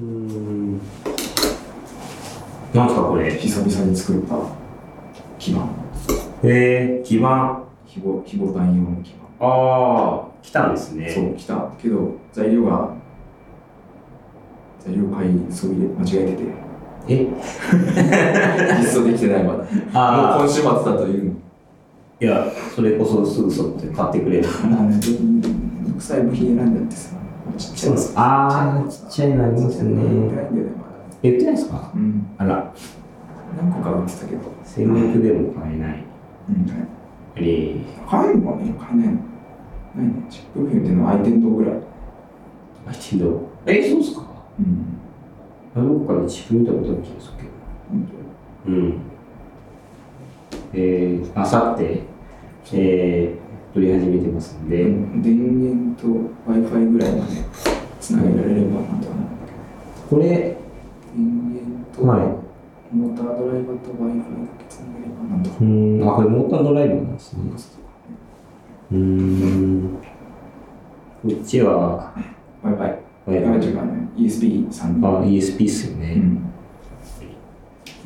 うん。なんすかこれ。久々に作った基盤えー、基盤。非ボ非ボタン用の基ああ、来たんですね。盤そう来たけど材料が材料買いそびれ間違えててえ実装できてない まだもうああ、今週末だというのいや、それこそすぐそって買ってくれる。なんでめんどくさい部品選んだってさちっちゃいやつああ、ちっちゃいのありますよね。ないんだよねまだ言ってないですかうんあら、何個か売ってたけど戦略でも買えない。うんえー、買えるのかね買えないのないねチップ部品っていうのは相手のぐらいあ、一度。え、そうっすかうんあの子から自分見たことある気がするけど。本当うん。えー、あさって、えー、撮り始めてますんで、電源と w i f i ぐらいまでつなげられればなんとかなるんだけどこれ、電源とはモータードライバーと w i f i だけつなげればなんとかい。うん、あ、これモータードライブなんですね。うーん。こっちは、 w i f あ、 i w i f i というかね ESP3 ESP っすようね。ん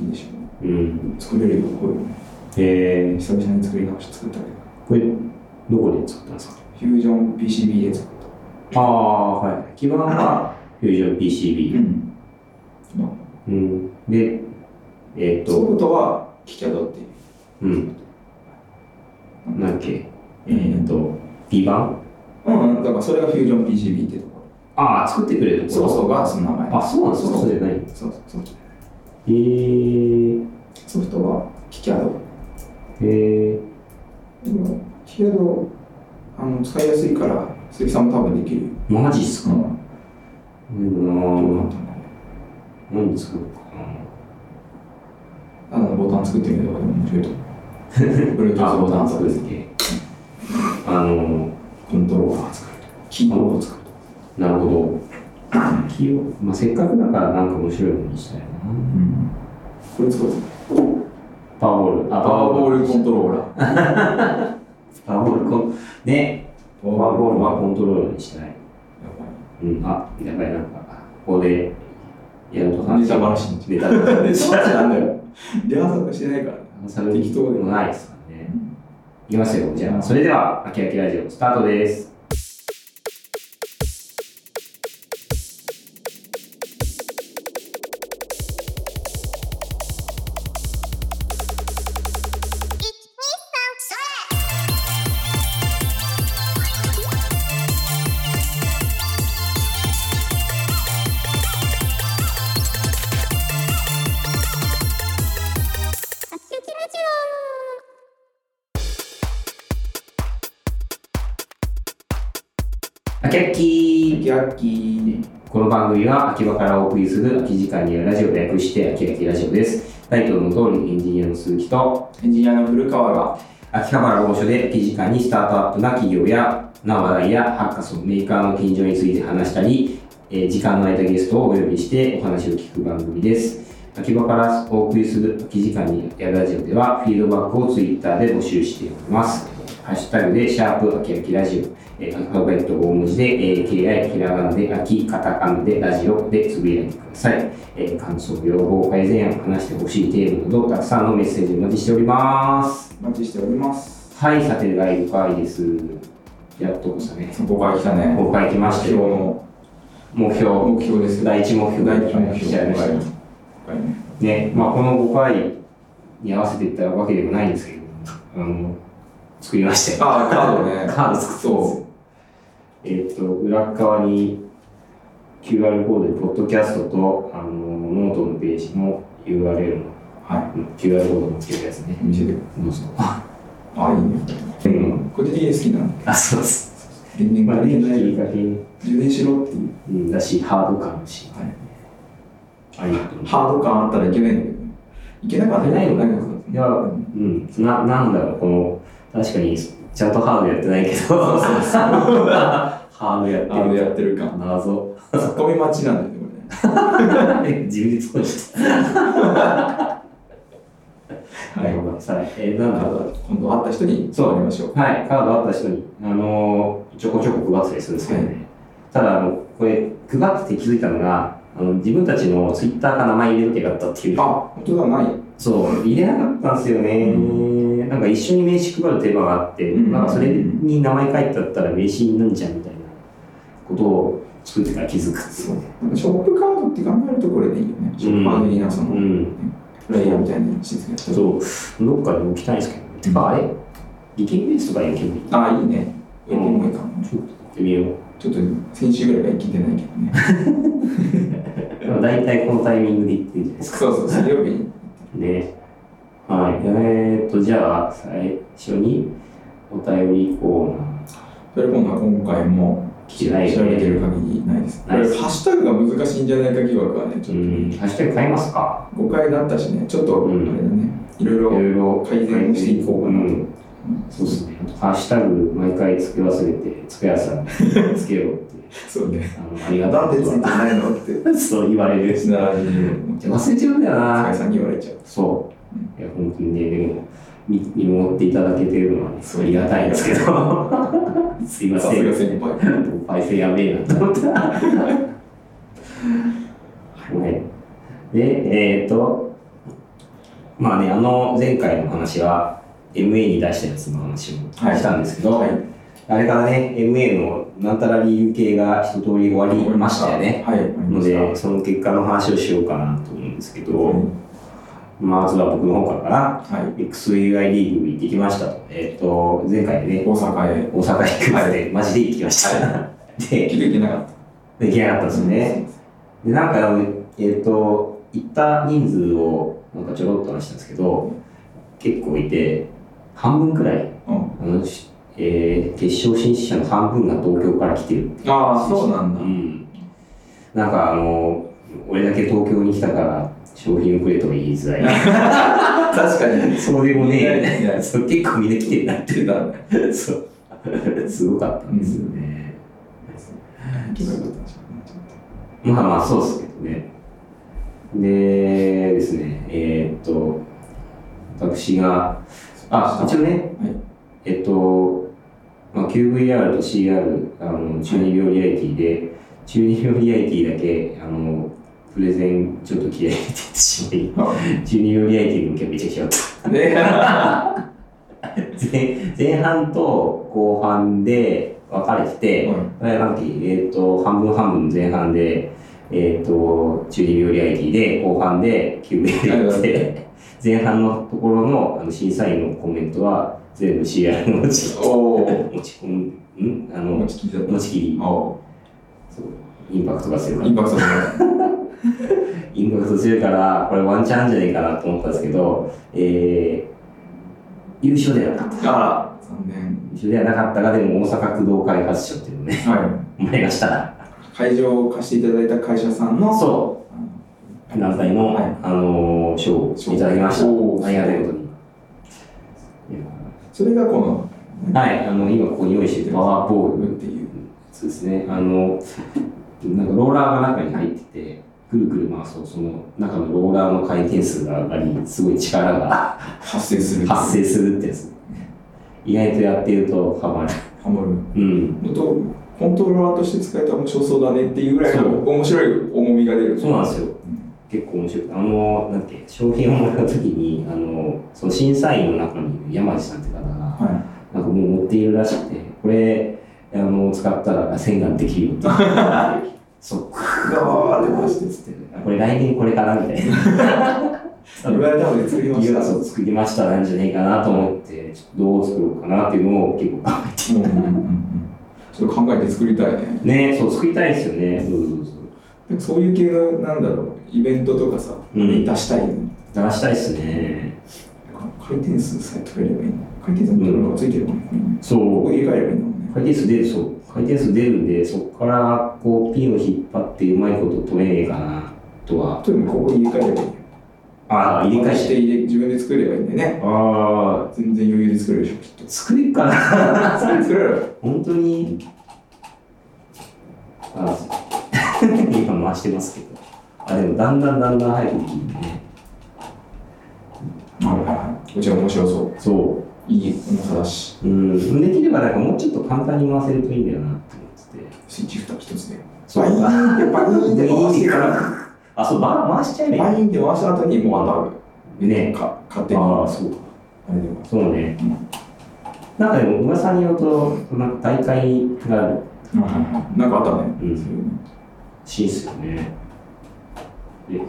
いいでしょうん。作れるよこういうのねえー、久々に作り直して作ったけどこれ、どこで作ったんですかフュージョン PCB で作ったああ、はい。基盤は、フュージョン PCB。んうん。で、えっ、ソと、フトはキキャドっていううん。なんだっけえっ、と、基盤うんうんだからそれがフュージョン PCB ってとこああ、作ってくれるとこソろフトがその名前あ、そうなんですかそうそうじゃない。そうそうえー、ソフトはキキャドえでも、ヒアド、あの、使いやすいから、鈴木さんも多分できるよ。ー、マジっすかでん。もなぁ、簡単だね。何作ろうかあの、ボタン作ってみるとかでも面白いと思 う。ブルートなゥースあ、ボボタタンン作作るるだけ。あのコントローラー作るとかキーボード作るとかー、なるほど。器用。まあ、せっかくだからなんか面白いものにしたいな。うん。これ作るパワーボール。あパワーボールコントローラー。パワーボールコン、ね、パパワーボールやはコントローラーにしたい。うん、あ、やばい、なんか、ここで、やるとばい。ネタバラシになっちネタバゃう。ラネシタバラシなんだよ。リハーサルしてないからね。それ適当でもないですからね。いきますよ。じゃあ、それでは、あきあきラジオスタートです。あきあきキャッキー。この番組は秋葉からお送りする空き時間にあるラジオ略して秋秋ラジオです。タイトルの通りエンジニアの鈴木とエンジニアの古川が、秋葉原某所で空き時間にスタートアップな企業やな話題やハッカソンメーカーの近所について話したり、えー時間の空いたゲストをお呼びしてお話を聞く番組です。秋葉からお送りする空き時間にあるラジオではフィードバックをツイッターで募集しております。ハッシュタグで、シャープ、あきあきラジオ、えーアルファベット大文字で、えー、KI、ひらがなで、あき、カタカナで、ラジオでつぶやいてください。えー感想、要望、改善案、話してほしいテーマなど、たくさんのメッセージお待ちしております。お待ちしております。はい、さて、第5回です。やっとこさね。こ回来たね。 5回来ました今よ。日の目標、目標ですよ。第1目標第一目標来ちゃいました。回ね。ね、まあ、この5回に合わせていったわけでもないんですけど、あの、作りましたよ。ああ、カードね。カード作ったんですよそえーっと、裏側に QR コードで、ポッドキャストとあのノートのページの URL のう。はうん QR コードもつけるやつねい。。見せてくどうぞ。ああ、いいね。うん個人的に好きなの。あ、そうです。電源まあ、が電電気ない。がけに、充電しろっていう。うん、だし、ハード感あるし。はいありがとう。ハード感あったらいけないんだけどね。いけなかったらいけないよんいや、うん、な、なんだろう、この、確かに、ちゃんとハードやってないけど、ハードやってあのる。やってる感。謎。ツッコミ待ちなんだよね、自分で作っちゃった。はい、ごめんなさい。え、なんこれ。だカろうー。ド今度会った人にそうやりましょう。はい、カードあった人に、あのーちょこちょこ配ってたりするんですけどね。ただ、あの、これ、配ってて気づいたのが、あの自分たちのツイッターか名前入れろってやったっていうあ、本当だ、ない。そう、入れなかったんですよね。なんか一緒に名刺配るテーマがあって、うんなんかそれに名前書いてあったら名刺になんじゃんみたいなことを作ってから気づくんですよね。なんかショップカードって考えるとこれでいいよね。ショップカードにな、その、うん。ライヤーみたいなシステムやったりそう、どっかで置きたいんですけどね。てか、あれ理系ベースとかやけばいいああ、いいね。ううんん、重いかも。ちょっとやってみよう。ちょっと先週ぐらいから聞いてないけどね。でも大体このタイミングで行ってるじゃないですか。 そうそう、水 曜日に。ね。はい。えーっと、じゃあ、最初にお便りコーナー。それも今回も聞け調ないべよねてる限りないです。こないれですハッシュタグが難しいんじゃないか疑惑はね、ちょっとうん。ハッシュタグ変えますか誤解だったしね、ちょっとあうれだんね、いろいいろろいろ改善していこうかなとんそうですね。ハッシュタグ毎回つけ忘れて、つけやさん つけようって、そうね。あのありがなんとうでついてとないのって。か、そう言われる。なられる。じゃあ、忘れちゃうんだよ高井な。さんに言われちゃう。そう。いや、本当にね、でも、見見守っていただけてるのはね、そうありがたいんですけど、 すいまさせすがん。先輩。パイセンやべえなと思った。はい。で、えっ、と、まあね、あの、前回の話は、MA に出したやつの話をしたんですけど、はいあれからね、MA のなんたら理由系が一通り終わりましたよね。はい、終わりのました。で、その結果の話をしようかなと思うんですけど、まずは僕の方からかな。はい。 XUI リーグ行ってきましたと。えっ、と、前回ね、大阪へ。大阪行くまでマジで行ってきました。で、気づいてなかっできなかったたですね。。で、なんかあの、えっ、と、行った人数をなんかちょろっと話したんですけど、結構いて、半分くらい、うん。あの、しえー決勝進出者の半分が東京から来てる。ああ、そうなんうだ。ん。なんかあの、俺だけ東京に来たから商品をくれとは言いづらい。確かに。そうでもねえみたいいやいな、やそう結構みんな来てるなって出たんだ。いう。そう。すごかったんですよね。気づかなかっまあまあそうですけどね。でですね、えーっと、私が、あ、一応ね、はいえっと、まあ、QVR と CR、あの中二病リアリティで、中二病リアリティだけ、あの、プレゼンちょっと気合い入れてしまい、た。あ中二病リアリティの件めちゃくちゃだった。ね 前前半と後半で分かれてて、えー、と半分半分の前半で、えー、と中二病リアリティで後半で9秒やって前半のところのあの審査員のコメントは全部 CR の持ちおお。持ち込むんあ持のち聞いちゃっ持ち切りた。おそうインパクトが強お。かイっンたパクトだね。インパクト強いからこれワンチャンじゃないかなと思ったんですけど、えー優勝ではなかったああ、残念。優勝ではなかったがでも大阪工藤開発賞っていうのをね はもらいましたい。会場を貸していただいた会社さんの、そうう団体の、はいあのー賞をいただきました。おーありがたいことに。それがこの、はい、あの、今ここに用意してるパワーボールっていう。そうですね。あの、なんかローラーが中に入ってて、くるくる回すと、その中のローラーの回転数が上がり、すごい力が発生する。発生するってやつ。意外とやってるとハマる。ハモる。うん。本当コントローラーとして使えたら面白そうだねっていうぐらいそのう面白い重みが出る。そうなんですよ。結構面白い。あの、なんて、商品をもらった時に、あの、その審査員の中に山地さんって方が、はなんかもう持っているらしくて、これ、あの、使ったら洗顔できるよって。 そう。い。がわー出まして。これ来年これかなみたいな。言われたので作りまユしーた。スを作りましたなんじゃないかなと思って、ちょっとどう作ろうかなっていうのを結構考えうんうんうんうんちょっと考えて作りたいね。て。ね、そう、作りたいですよね。そうそうそう。なんかそういう系の、なんだろう、イベントとかさ、うん出したいよね。出したいですね。回転数さえ取れればいいの。回転数のローラーがついてるもんね。そここう。入れ替えればいいんだもんね。回転数出る、そう。回転数出るんで、そこからこう、ピンを引っ張ってうまいこと取れねえかなとは。例えばここ入れ替えればいいよ。ああ、入れ替えして。て入れ自分で作ればいいんだよね。ああ、全然余裕で作れるでしょ、きっと。作れっかな。作れる作れる。本当にあ そう今回してますけどあでもだんだんだんだん早くできるねはいはいはい。うちは面白そう。そいい重さだし。ううんできればなんかもうちょっと簡単に回せるといいんだよなって思っててスイッチ蓋一つで。そうバイーンってバイーンって回していいから。あ、そう、ば回しちゃえばいい。インで回した後にもうあのねか勝手にあーそうかあれでもそうね。なんかでも噂によると、なんか大会があるなんかあったね、うんそういうのシーンですよね。で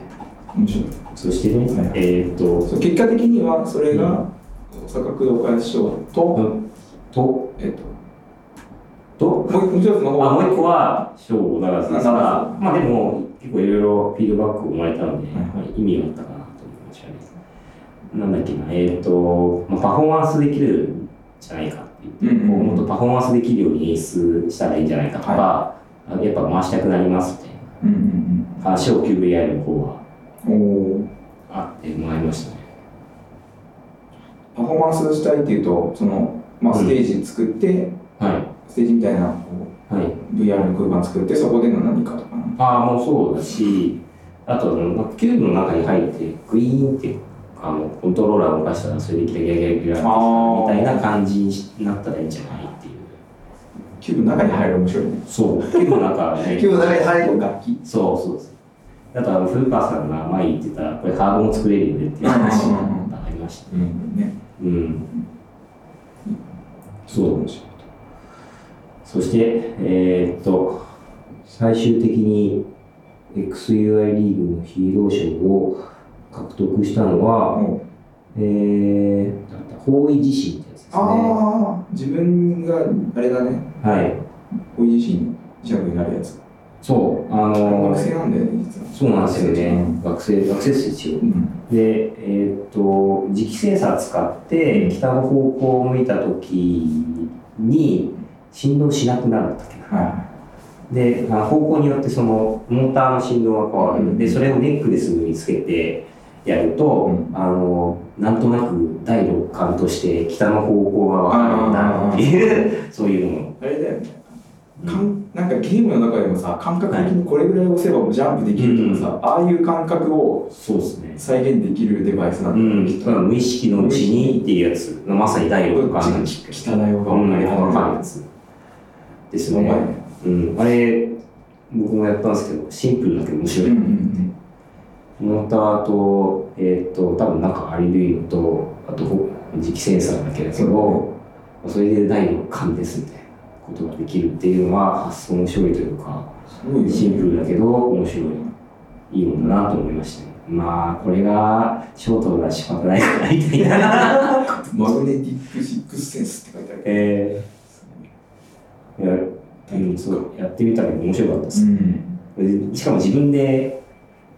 面白いそしてね、はいえーっと、そう結果的にはそれが大阪工藤会市長うと、んと、えっとと、もうもう一つの方あ、もはう一個は、小五長瀬さんか長ら、まあでも、結構いろいろフィードバックをもらえたので、はいまあ意味があったかなと思いましたね。なんだっけな、えーっと、まあ、パフォーマンスできるんじゃないかっていう。うんうんもっとパフォーマンスできるように演出したらいいんじゃないかとか、あのやっぱ回したくなりますってうん話を QVI の方はうんうんおーあってもらいましたね。パフォーマンスしたいっていうとその、まあ、うんステージ作って、はい。ステージみたいなこはい。う VR の空間作ってそこでの何かとかなああ、もうそうだし、あとあの、まあ、キューブの中に入って、グイーンって、あの、コントローラーを動かしたら、それでギャギャギャギャギャあーみたいな感じになったらいいんじゃないっていう。キューブの中に入る面白いねそう、キューブの中 ね。キューブの中に入る楽器そうそうそう。あとあの、古川さんが前言ってた、これカードも作れるよねっていう話がありました。うんねうん。そう。白いそして、えーっと、最終的に XUI リーグのヒーロー賞を獲得したのは、えー、なんだ方位自身ってやつですね。はああ自分があれだねい。こういう自身の磁石になるやつそう、あの学生なんだよね実はそうなんですよねうん。学生、学生です一応う。んで、えーっと、磁気センサー使って、北の方向を向いた時に、振動しなくなるんだっけな。はで、あ方向によってそのモーターの振動が変わる、うんでそれをネックレスにつけてやると、うんあのなんとなく第六感として北の方向が分かるんだっていうそういうもの。いあれだよねかんなんかゲームの中でもさ感覚的にこれぐらい押せばジャンプできるとかさ、ああいう感覚をそうですね。再現できるデバイスなうんん、だよ、だから無意識のうちにっていうやつ、まさに第六感のきっかけ。汚い方が分分かかるり分かるややつですすごいね。ねうん、あれ僕もやったんですけど、シンプルだけど面う白い。んうんモーターと、えっ、と、多分中アリルイのと、あとほ磁気センサーだけだけど、それで第六感ですみたいなことができるっていうのは発想面白いというか、すごいよねシンプルだけど面白い、いいものだなと思いましたね。まあ、これがショートだし、仕方ないかなみたい な。マグネティックシックスセンスって書いてあるえー、いや、うん、そう、やってみたけど面白かったです。んでしかも自分で、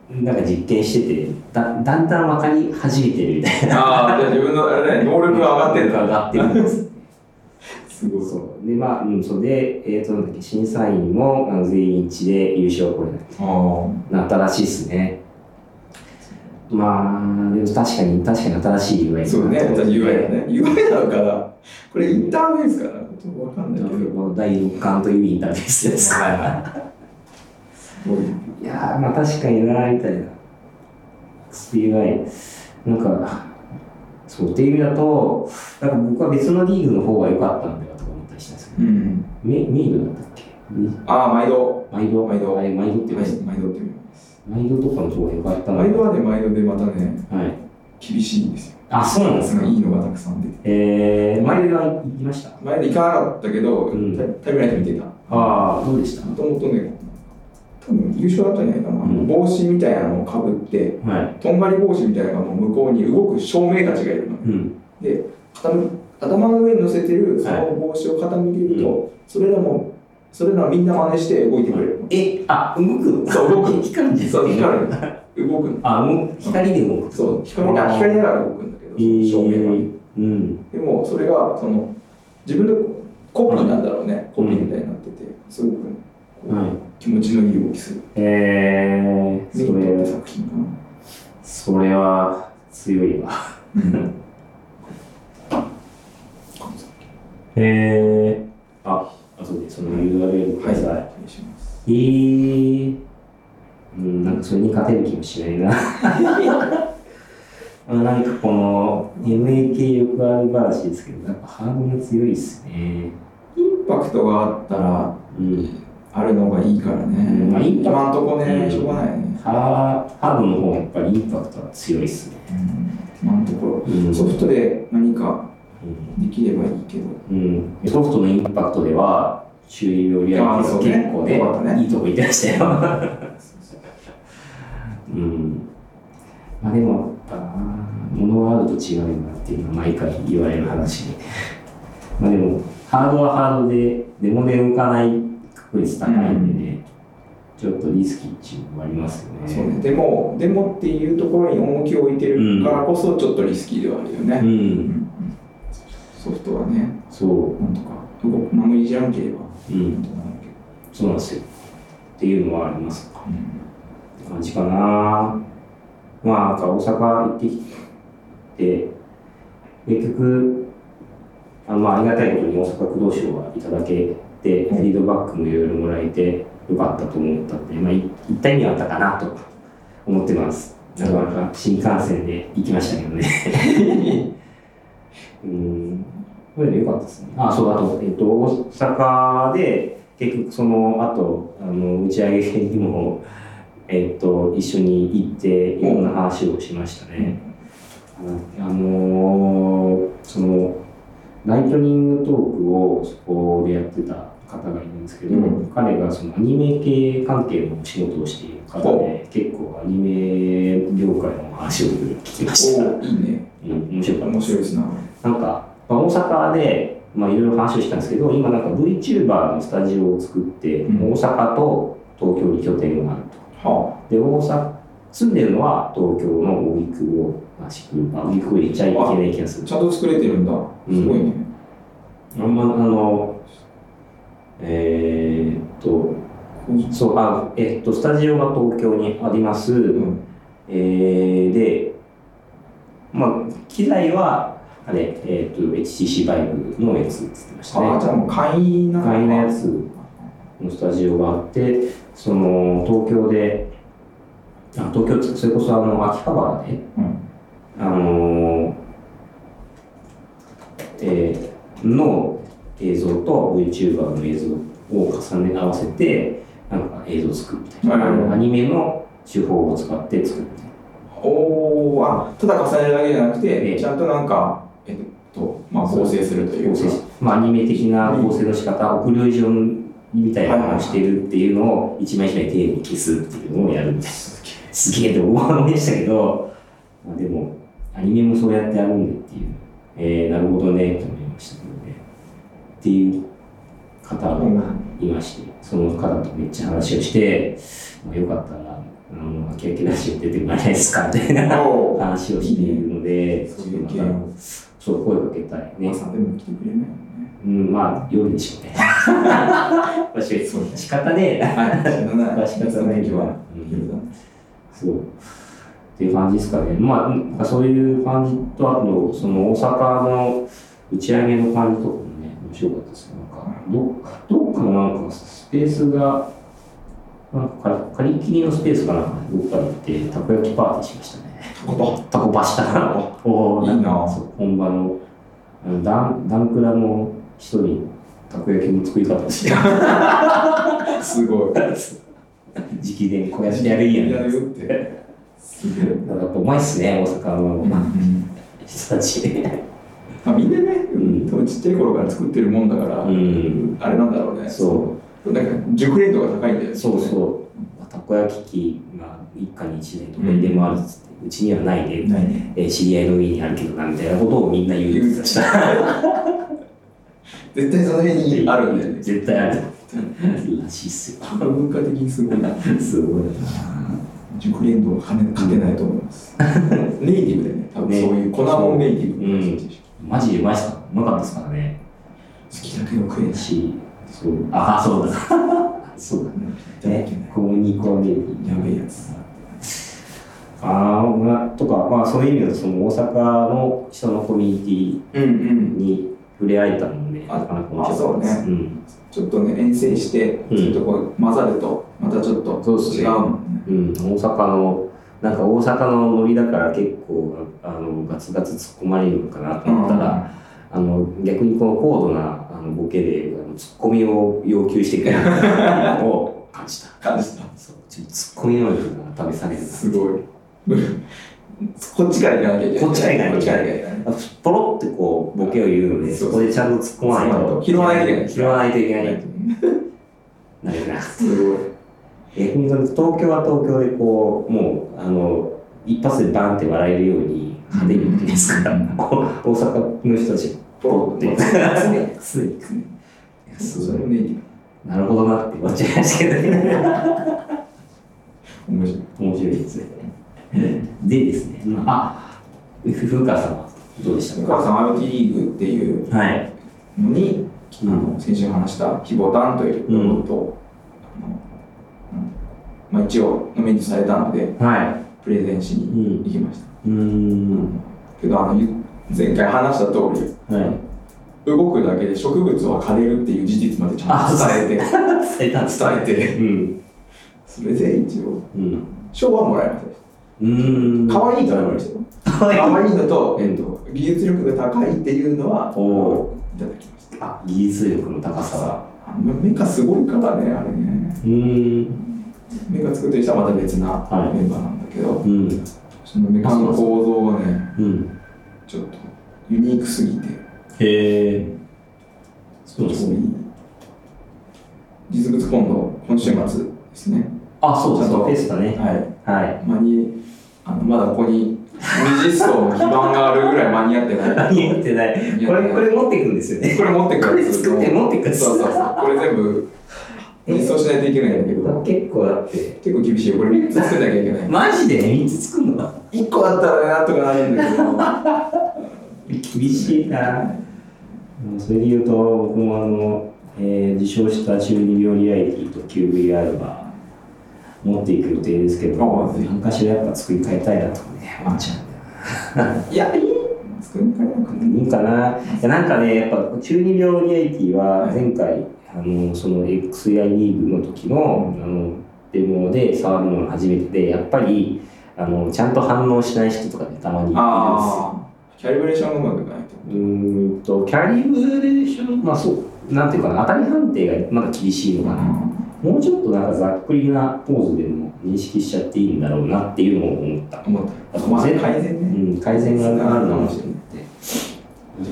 なんか実験してて、だだんだん分かり始めてるみたいな。ああじゃあ自分のあれだね能力が上がってる上がってるんです。すごいそう。で、まあ、うん、そうで、えっ、と、なんだっけ、審査員もあの全員一致で優勝はこれだああなったらしいですね。まあ、でも確かに、確かに新しい UI そうねだなと思って UI だね UI なのかなこれインターフェースかなちょっとわかんないけどもう第六感というインターフェースです。はいすごいいやー、まあ確かにな、みたいな。XPY、なんか、そう、っていう意味だと、なんか僕は別のリーグの方が良かったんだよとか思ったりしたんですけど、うんメメイドだったっけああ毎度毎度毎度あれ毎度ってはい言うんです毎度って言う毎度とかの方が良かったな。毎度はね毎度でまたねはい。厳しいんですよあ、そうなんですすかご。いいいのがたくさん出てえー、毎度は行きました。前で行かなかったけどうんタイタイムライト見てたああ、どうでしたもともとね多分優勝だったんじゃないかなうん帽子みたいなのをかぶってはい。とんがり帽子みたいなのが向こうに動く照明たちがいるのうん。頭頭の上に乗せてるその帽子を傾けると、それらもそれらみんな真似して動いてくれる、え、あ、動くのそう動く 光るんですそうる。光る動くのあ、もう光で動く。そう光りな光りながら動くんだけど、えー、照明がうん。でもそれがその自分のコピーなんだろうね、コピーみたいになっててすごくこうはい。気持ちのいい動きするえー、メイそントっれて、作品かそれは強いわ。な、うん、えー、あ、あとでその URL ください。お願いしますえー、うん、なんかそれに勝てる気もしないな。 あなんかこの MAK よくある話ですけど、やっぱハードが強いですね。インパクトがあったらうん。あるのがいいからうね、んまあインパクト今んとこね、うんしょうがないよねハハーハードの方がやっぱりインパクトが強いですね。今のとこうんろソフトで何かうんできればいいけどうん、ソフトのインパクトでは、中流料理屋あー結そう構ねねよかったねいいとこ行ってましたよ。うん。まあでも、やっぱな、物があると違うよなっていうのは毎回言われる話で。まあでも、ハードはハードで、デモで動かない確率高いんでね、ちょっとリスキーっていうのもありますよね。そうねでもでもっていうところに重きを置いてるからこそちょっとリスキーではあるようね、ん、ソフトはねそなんとか動く守りじゃなければう。うんなんとかなるけどそうなんですよ。っていうのはありますか。って感じかな。まあ、なんか大阪行ってきて、結局、あのまあありがたいことに大阪駆動賞はいただけて、フうんィードバックもいろいろもらえて、よかったと思ったんで、まあ、い行った意味はあったかなと思ってます。なかなか新幹線で行きましたけどね。 うんこれで良かったですね。あ、そう、あと、えっと、大阪で、結局、その後、あの、打ち上げにも、 えっと、一緒に行って、いろんな話をしましたね。あのあのーその、ライトニングトークをそこでやってた方がいるんですけど、うん彼がそのアニメ系関係の仕事をしている方で、結構アニメ業界の話を聞きました。うんおおいいね面白かった面白いですななんか、まあ、大阪で、まあ、いろいろ話をしたんですけど、今なんか VTuber のスタジオを作って、うん大阪と東京に拠点があると。はで、大阪、住んでるのは東京の荻窪らしく、まあ、荻窪行っちゃいけない気がすある。ちゃんと作れてるんだすごいね、あんま、あの、えーっと、うんそう、あ、えっと、スタジオが東京にあります。えーで、まあ、機材は、あれ、えーっと、HTC バイブのやつって言ってましたね。ああじゃあもう簡易な会のやつのスタジオがあってその東京であ東京ってそれこそあの秋葉原で、うんあのーえーの映像と VTuber の映像を重ね合わせてなんか映像を作るみたいな、うんアニメの手法を使って作るみたいなおおあただ重ねるだけじゃなくえてえちゃんとなんかえっとまあ構成するという構か成しまあ、アニメ的な構成の仕方、オクルージョンみたいなのをしてるっていうのを一枚一枚丁寧に消すっていうのをやるみたいな。すげえと思いましたけど、まあ、でも、アニメもそうやってやるんだっていう、えー、なるほどね、と思いましたけどね。っていう方うんがいまして、その方とめっちゃ話をして、まあ、よかったら、あの、秋明ラジオ出てもらえないですかみたいな おー話をしているので、ちょそうっとまいう系たのそう、声かけたいね。朝でも来てくれないもんねうん、まあ、夜でしょうね。 確かに、そうね仕方ねはい仕方えなな。い仕方ない時けどは夜だそう。っていう感じですかね。まあ、なんかそういう感じと、あと、その大阪の打ち上げの感じとかもね、面白かったですね。なんか、どどっかのなんかスペースが、なんかか借り切りのスペースかな、どっかに行って、たこ焼きパーティーしましたね。ここタコパしたな。おーいいなかそう本場の、あのダンダンクラの人に、たこ焼きの作り方を して、すごい直伝こうやってやるんやん。やるよってすごいなんかやっぱうまいっすね、大阪の人たち。 まあみんなね、うん多分ちっちゃい頃から作ってるもんだから、うんあれなんだろうねそうなんか熟練度が高いんだよう、ねそうそう。たこ焼き器が一家に一台どこにでもあるっつって、うちにはないで、ないねえー知り合いの家にあるけどなみたいなことをみんな言うてました。絶対その辺にあるんだよね 絶対ある。 らしいっすよ。文化的にすごいなすごいな。熟練度は勝て勝てないと思います、 ネイティブでね多分ねそういう粉もんネイティブうん好マジでうまいっすかうまかったっすからね。きだけど食えないし、そう。ああ、そうだ。 そうだ。いねけない、小麦粉で。やべえやつああ、まあとか、まあそういう意味ではその大阪の人のコミュニうんうティんに触れ合えたのもね、あなかなか面白かったであす。そううん。ちょっとね遠征してうんちょっとこう混ざるとまたちょっとそうっすね違うもんねうん、大阪の、なんか大阪のノリだから結構、あの、ガツガツ突っ込まれるのかなと思ったら、あの、逆にこの高度なあのボケで、あのツッコミを要求してくれるのを感じた。 感じたそうちちょっとツッコミ能力が試されるな。すごい。こっちから行かなきゃいけない。こっちから行かなきゃいけないこっちから行かなきゃいけない。あとポロってこう、ボケを言うので、そそうこでちゃんと突っ込まないと。拾わないといけない拾わないといけない。なるな。すごい。逆に東京は東京でこう、もう、あの、一発でバンって笑えるように派手に言ってますから、こう大阪の人たち、ポロって、すぐ行く。いやすそごれいもネイティなるほどなって思っちゃいましたけどね。ブ。面白い。面白いですね。でですね、あ、古川さんはどうでしたお母さん、RT リーグっていうかはい。のに、あうんの先週話した非ボタンということを、あのうんまあ、一応ノミネートされたので、はプレゼンしい。うにん。行きました。うーん。けど、あのゆ前回話した通り、はい。動くだけで植物は枯れるっていう事実までちゃんと伝え伝えたんです。て、伝えて、うん。それで一応、うん。賞はもらいました。うーん。可愛いと思いましたよ。かわいい。可愛いのと、えっと、技術力が高いっていうのは、おいただきました。あ、技術力の高さが。あのメカすごいからね、あれね。うーん。メカ作ってる人はまた別なはいメンバーなんだけど、うん。そのメカの構造がね、うん。ちょっとユニークすぎて、へえ。そうですね。実物今度、今週末ですね。あ、そうですちゃんとね。フェスだね。はい。はい。間に、あのまだここに、未実装の基盤があるぐらい間に合ってない。何やってない。間にこ合ってれ、ないこれ持っていくんですよ ね。これ持ってくこるれ作って持っていくんですそうそうそう。これ全部、実装しないといけないんだけど、結構だって。結構厳しいよ。これ3つ作んなきゃいけない。マジで3つ作るのか1個だったらなんとかなるんだけど、厳しいな。それで言うと、僕もあの、えー受賞した中二病リアリティと QVR は持っていく予定ですけどあ、ぜひ何かしらやっぱ作り変えたいなとかね、思っちゃうんだよいや、いい作り変えなくていいかないやなんかねやっぱ中二病リアリティは前回あのその XI リーグの時のあのデモで触るのが初めてでやっぱりあのちゃんと反応しない人とかねたまにいるんですよ。ああ、キャリブレーションがうまくないうーんとキャリブレーションまあそうなんていうかな当たり判定がまだ厳しいのかなともうちょっとなんかざっくりなポーズでも認識しちゃっていいんだろうなっていうのを思った。思った。まあ、改善うね。ん、改善があるなと思って。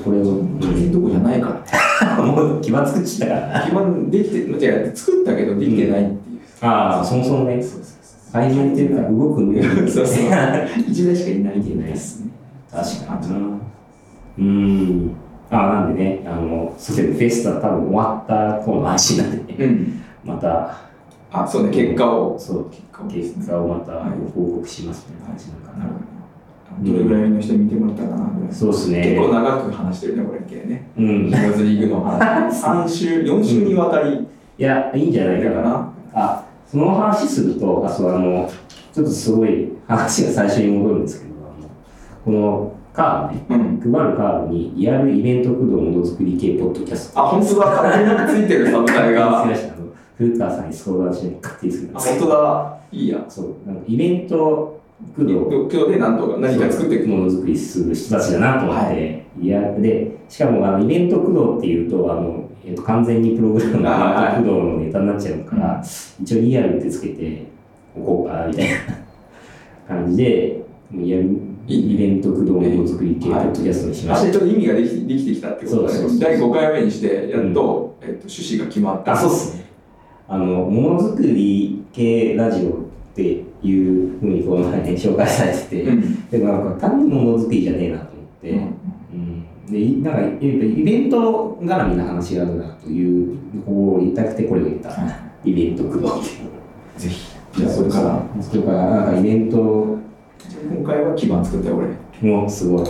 これを、うん改善どこじゃないからね。もう牙作っちゃったから。基本できて、違う、作ったけどできてないっていう。ああ、そもそもね、そうそうそう。改善っていうか、動くのよ。そうそう確か 一台しかいないっていうね。にな。うーん。ああ、なんでね、あの、そうですね、フェスタ多分終わった頃の話なんでね、うん。また、あ、そうね、結果を。そう、結果をです結ね。果をまた報告しますみたいな感じなのかなるな。ほど。どれぐらいの人に見てもらったかなぐらい。そうです結ね。構長く話してるね、これ系ね。うん。いヒロズリーグの 話。3週、4週にわたりや、いいんじゃないだかかな。な。あその話するとあそうあのちょっとすごい話が最初に戻るんですけどあのこのカードねうん。配るカードにリアルイベント駆動ものづくり系ポッドキャストあ、本当だ、勝手についてるサブタイが。勝手につけましたあの古川さんに相談しない勝手にするんあ、です本当だ。いいや。そうなんかイベント駆動今日で何とか何か作っていく。ものづくりする人たちだなと思って、、はいやでしかもあのイベント駆動っていうとあの、えっと完全にプログラムのイベント駆動のネタになっちゃうから、一応リアルってつけておこうかなみたいな感じでもうやるイベント駆動ものづくり系ポはいッドキャストにしまあしれちょっと意味ができできてきたってことだそうそねうそう。第5回目にして、やっと、えっと、趣旨が決まったた。っすねあのものづくり系ラジオっていうふうにこの前ね紹介されてて、うん。でもなんか単にものづくりじゃねえなと思って、うんでいなんかやっぱイベント絡みの話があるなというこう言いたくてこれを言った、イベント駆動ってぜひ。じゃあ、それから。それからなんかイベントじゃあ今回は基盤作ったよ、俺。もすごいね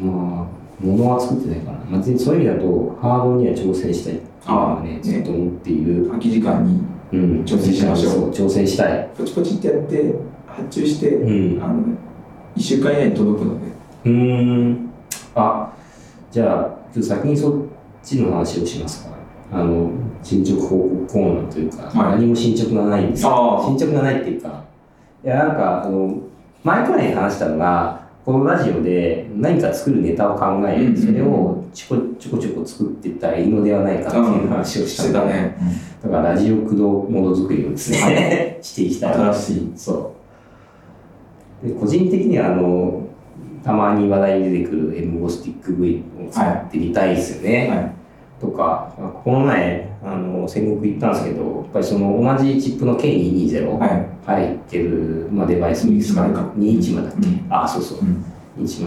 まあ物は作ってないから、まあ、全そういう意味だとハードには挑戦したいっていうのはねあずっと思っている、空き時間にうん、挑戦しましょうそう挑戦したいポチポチってやって、発注して、うんあの、1週間以内に届くので。うーんあじゃあちょっと先にそっちの話をしますかあの進捗報告コーナーというか、はい何も進捗がないんですよああ進捗がないっていうかいやなんかあの前くらいに話したのがこのラジオで何か作るネタを考え、うんそれをちょこちょこちょこ作っていったらいいのではないかっていう話をししたてんだたね。だからラジオ駆動ものづくりをですね、 していきたいな新しい。そう。で個人的にはあの、たまに話題に出てくる M5 スティック V を使ってみたいですよね。はいとか、まあこの前、あの、戦国行ったんですけど、やっぱりその同じチップの K220 はい。入ってる、まあ、デバイスもいくつかあるか、210だっけ、うんあ、そうそう、うん210。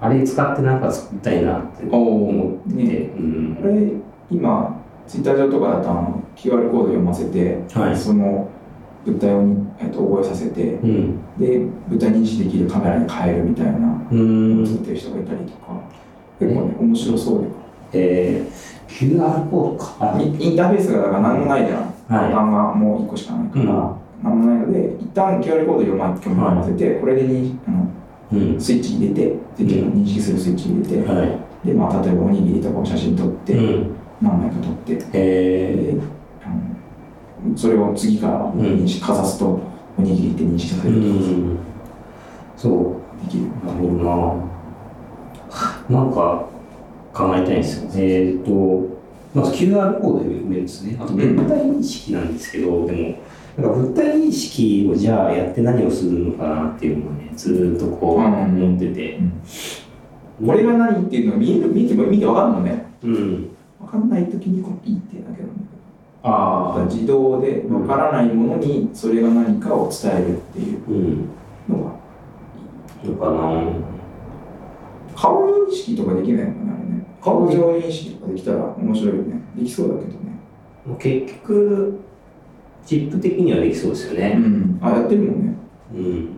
あれ使ってなんか作りたいなっておお。思ってて、ねうんあ。れ、今、ツイッター上とかだとあの QR コード読ませて、はい。その物体をに、えっと、覚えさせて、うん。で、物体認識できるカメラに変えるみたいな、う作んってる人がいたりとか、結構ね、面白そうで。えー、QR コードか。インインターフェースがだから何もないじゃん。ボタンがもう1個しかないから、うん何もないので、一旦 QR コード読ま読み込ませて、これでにあのい。うん。スイッチ入れて、スイッチの認識するスイッチ入れて、はで、まあ、例えばおにぎりとかを写真撮っい。て、うん。何枚か撮って、えであのそれを次から認識かざすと、おにぎりって認識ー、させることがうん。そできる。う。なるほどな。なんか考えたいんですよ。えっ、と、まず QR コードで埋めるんですね。あと物体認識なんですけど、でも、なんか物体認識をじゃあやって何をするのかなっていうのをね、ずーっとこううん思ってて。これが何っていうのが見える見ても見てわかるのね。うん。わかんないときにコピーってだけなんだけど。ああ。自動でわからないものにそれが何かを伝えるっていううん。のがとかな。顔認識とかできないのかなあれね顔上認識とかできたら面白いよねできそうだけどね結局、チップ的にはできそうですよね。んあやってるもんねうん、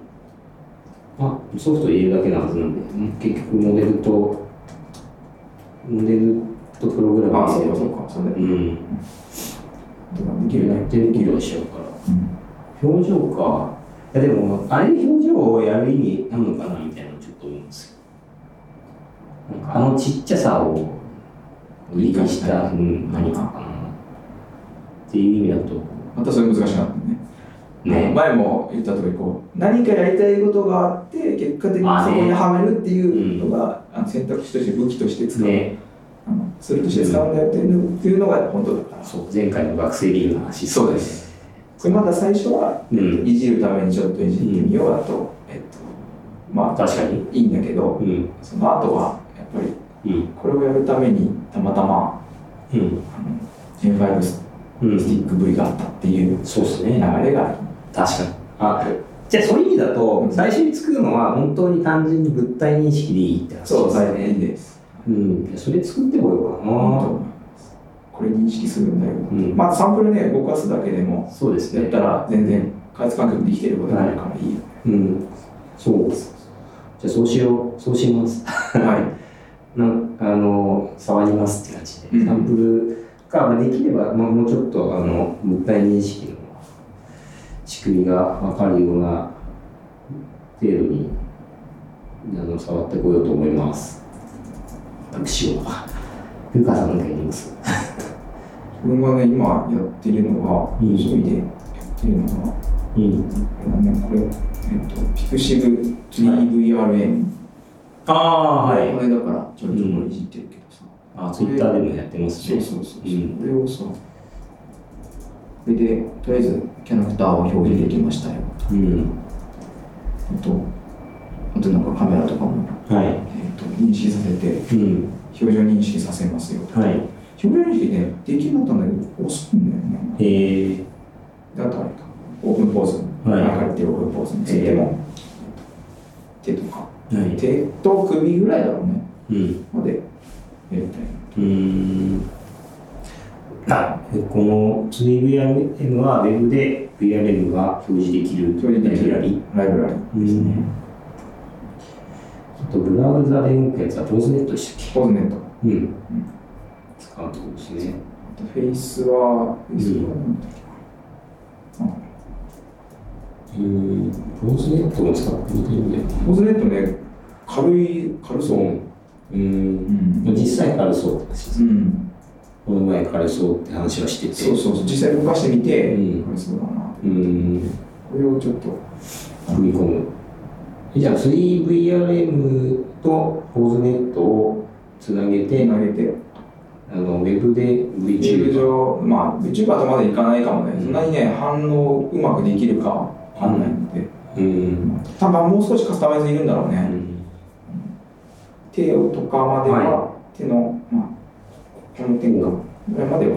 まあソフトを入れるだけなはずなんで結局モデルとモデルとプログラムあでそうすよかそうかそうだようねんできるやねってることはしちゃうからうん表情かいやでもあれで表情をやる意味なのかなみたいなのちょっと思うんですよなんかあのちっちゃさを売りにした、うん、何かかなっていう意味だとまたそれ難しくなったねね前も言ったとおりこう何かやりたいことがあって結果的にそこにはめるっていうのがあの選択肢として武器として使う、ねあのツールとして使うんだよっていうのっていうのが本当だからそう前回の学生理由の話そうですこれまだ最初はうんいじるためにちょっといじってみようだと、えっとまあ確かにいいんだけどうんその後はやっぱりうんこれをやるためにたまたまうんあの N5 スうティック V があったっていうそうです流れねがある、確かにあじゃあそういう意味だと最初に作るのは本当に単純に物体認識でいいって話そうです最年ですうんいやそれ作ってこようかな本当これ認識するんだよ、うんまあサンプルね動かすだけでもそうですやっねたら全然開発環境できてることになるからいいよねうんそうじゃあそうしようそうしますはなんあの触りますって感じうでんサンプルがまあできれば、まあ、もうちょっとあの物体認識の仕組みが分かるような程度にあの触ってこようと思います私はルカさんの件にいますい自分がね今やってるのがうん趣味でやってるのがうんね、これ、えっと、Pixiv 3VRM、ああこれだからちょっとこれいじってるけどさ、あツイッターでもやってますそうねそうそう、うんこれをさこれでとりあえずキャラクターを表示できましたようんあとあとなんかカメラとかも、えはっと認識させていうん表情認識させますよはい表情認識ねできるようになったんだけど遅いんだよねえー、であとあれかオープンポーズ、はいなんかやってるオープンポーズについても、手とかはい手と首ぐらいだろうねうんまでやりたいなうーんあえこの 2VRM は Web で VRM が表示できる表示できるライブラリライブラリーですね。あとブラウザで動くやつはポーズネットでしたっポーズネットけうん。使うとこですね。あとフェイスはフェイスはなんだっけなうん。ポーズネットも使ってみてるんだよ。ポーズネットね軽い軽そう、う。うん。ん実際軽そうって話ですうん、この前軽そうって話はしてて。そうそうそう実際動かしてみて、うん軽そうだなうん。これをちょっと組み込む。じゃあ 3VRM とポーズネットをつなげて、投げて、あのウェブでビチュ VTuber。まあ、VTuber とまでいかないかもね、うんそんなにね、反応うまくできるかわかんないので、うん。多分もう少しカスタマイズいるんだろうね。手をとかまでは、は手の、まあ、この手が、これまでは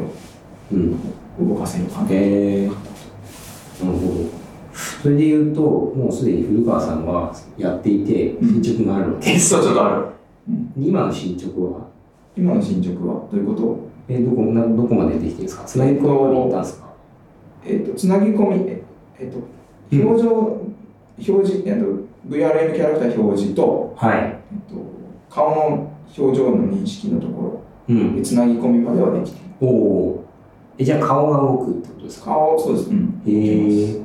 うん。動かせるかな。えー、なるほど。それで言うと、もうすでに古川さんはやっていて、うん進捗があるわけ。テストちょっとある。今の進捗は、今の進捗はどういうことえどこなどこまでできてるんですかつなぎ込みまでいったんですかえっ、と、つなぎ込み、ええっ、と、うん表情、表示、えっ、と、VRM キャラクター表示と、はい。えっ、と、顔の表情の認識のとこうろん。で、つなぎ込みまではできておる。おー。え、じゃあ顔が動くってことですか顔、そうです。うん。へえー、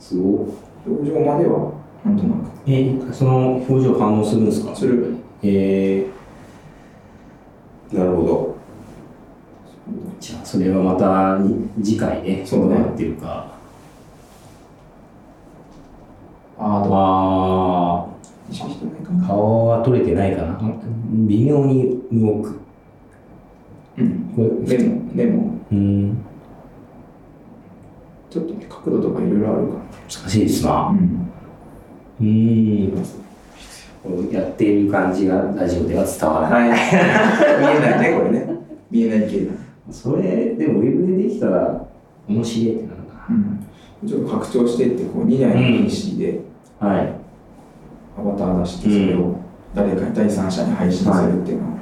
すごい。表情までは、なんとなえその表情反応するんですかく。する。えー、なるほど。じゃあ、それはまたに次回ね、そうねどうなってるか。あー、とあ意識してないかあ、な。顔は取れてないかな。微妙に動く。うん。これでも、でも、うん、ちょっとね、角度とかいろいろあるか難しいですら。な。ん。うんいます。やっている感じがラジオでは伝わらない。はい。見えないね、これね。見えない系だ。それ、でもウェブでできたら面白いってなるな。うん。ちょっと拡張してって、こう、2台の PC で、はい。アバター出して、それを誰かに第三者に配信するっていうのは、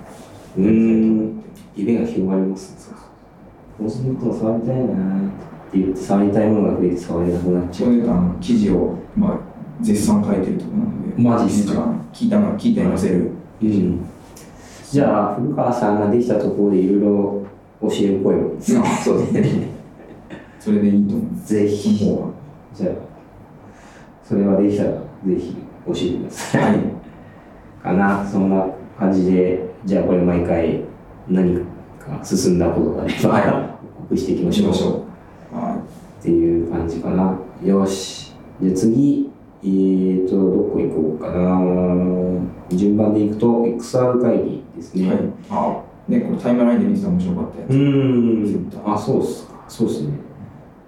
うん。夢が広がりますね。そうすると触りたいなって言って触りたいものが増えて触れなくなっちちゃょうう。どあの記事を、まあ、絶賛書いてるところなので、マジっすか聞いたの、聞いて載せる。うん。じゃあ、古川さんができたところでいろいろ教える声を。そうですね。それでいいと思う。ぜそのひ。方は。じゃあ、それはできたらぜひ教えてください。はい。かな、そんな感じで、じゃあこれ毎回何か進んだことがあれば、は報告していき行まきしょまう。しょう。はっていう感じかな。よし。で、次、えーと、どこ行こうかな。順番で行くと、XR 会議ですい。ね。はい。あ、ね、これタイムラインで見てたら面白かったやうつ。ーん。あ、そうっすか。そうっすね。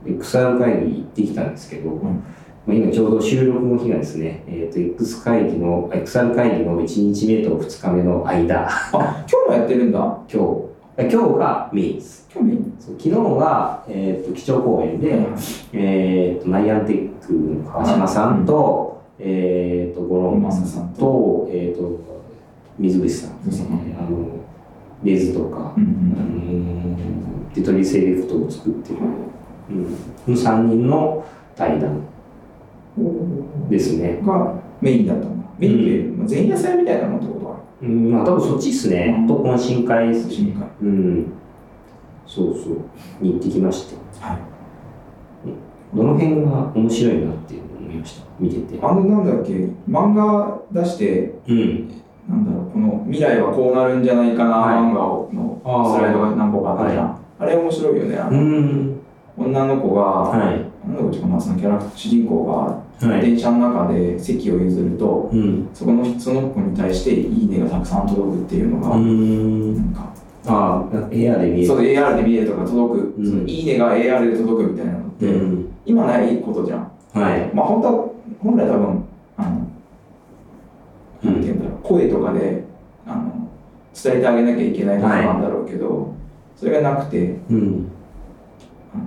XR 会議行ってきたんですけど、んまあ、今ちょうど収録の日がですね、えー、と X 会議の、あ XR 会議の1日目と2日目の間、あ、今日もやってるんだ。今日、あ今日がメインです。今日もいいんそう昨日が、えー、と基調講演で、えー、とナイアンテックの川島さんと、えー、と五郎正さんと,、えー、と水口さん、水口さんえーあのレーズとか、ううんん、デトリセレクトを作ってる、うん、の3人の対談うん。ですね、がメインだったんだ。メインって、まあ、前夜祭みたいなのってことはうん、まあ多分そっちですねと懇親会ですあるね市民会。うんそうそうに行ってきましてはい。どの辺が面白いなって思いました見ててあの、なんだっけ、漫画出して、うんなんだろう、この未来はこうなるんじゃないかな、はい漫画をのあースライドが何個かあったじゃん。あれ面白いよね。あうのん女の子が、は女の子っていうかまあそのキャラクター、主人公がいはい電車の中で席を譲ると、うんそこの人その子に対していいねがたくさん届くっていうのうが、ーなんんか、ああ部屋で見えそう AR で見えるとか届く、うんそのいいねが AR で届くみたいなのって、うん今ないことじゃん。はいまあ本当は、本来多分、あの、うなんてん言うんだろう声とかであの伝えてあげなきゃいけないことなんだろうけど、それがなくてうんあの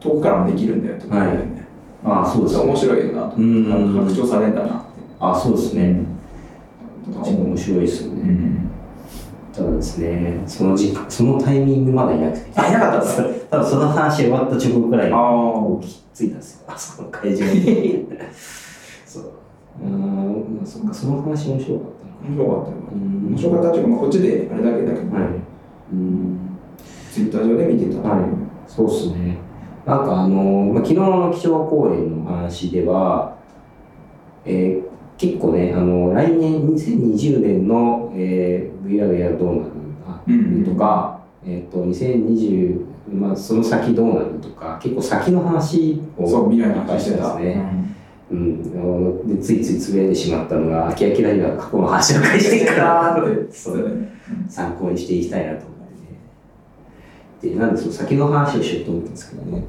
遠くからもできるんだよってことだよね、ああそうです面ね白いよなと、うんなんか拡張されたなってああそうですねとか思う面白いですようねんただですねその時間そのタイミングまだいなくてあいなかったんだそう多分その話終わった直後くらいにあーきついたんですよ、あそこの会場に。そう。うーん、まあそっか、その話面白かったな。面白かったようん面白かったっていうか、まあ、こっちであれだけだけど、はい。うん、ツイッター上で見てたとはそうっすね。なんかあの、まあ、昨日の気象公演の話では、えー結構ね、あの、来年、2020年の、えー、VR やどうなるかうんとか、えっ、と、2020、まあ、その先どうなるとか、結構先の話をそう未来の話してたですねうんうん、あのでついついつぶやいてしまったのが、あきあきらには過去の話を返していいからあーっ、ってそそうだうね。参考にしていきたいなと思ってね。で、なんでその先の話をしようと思ったんですけどね。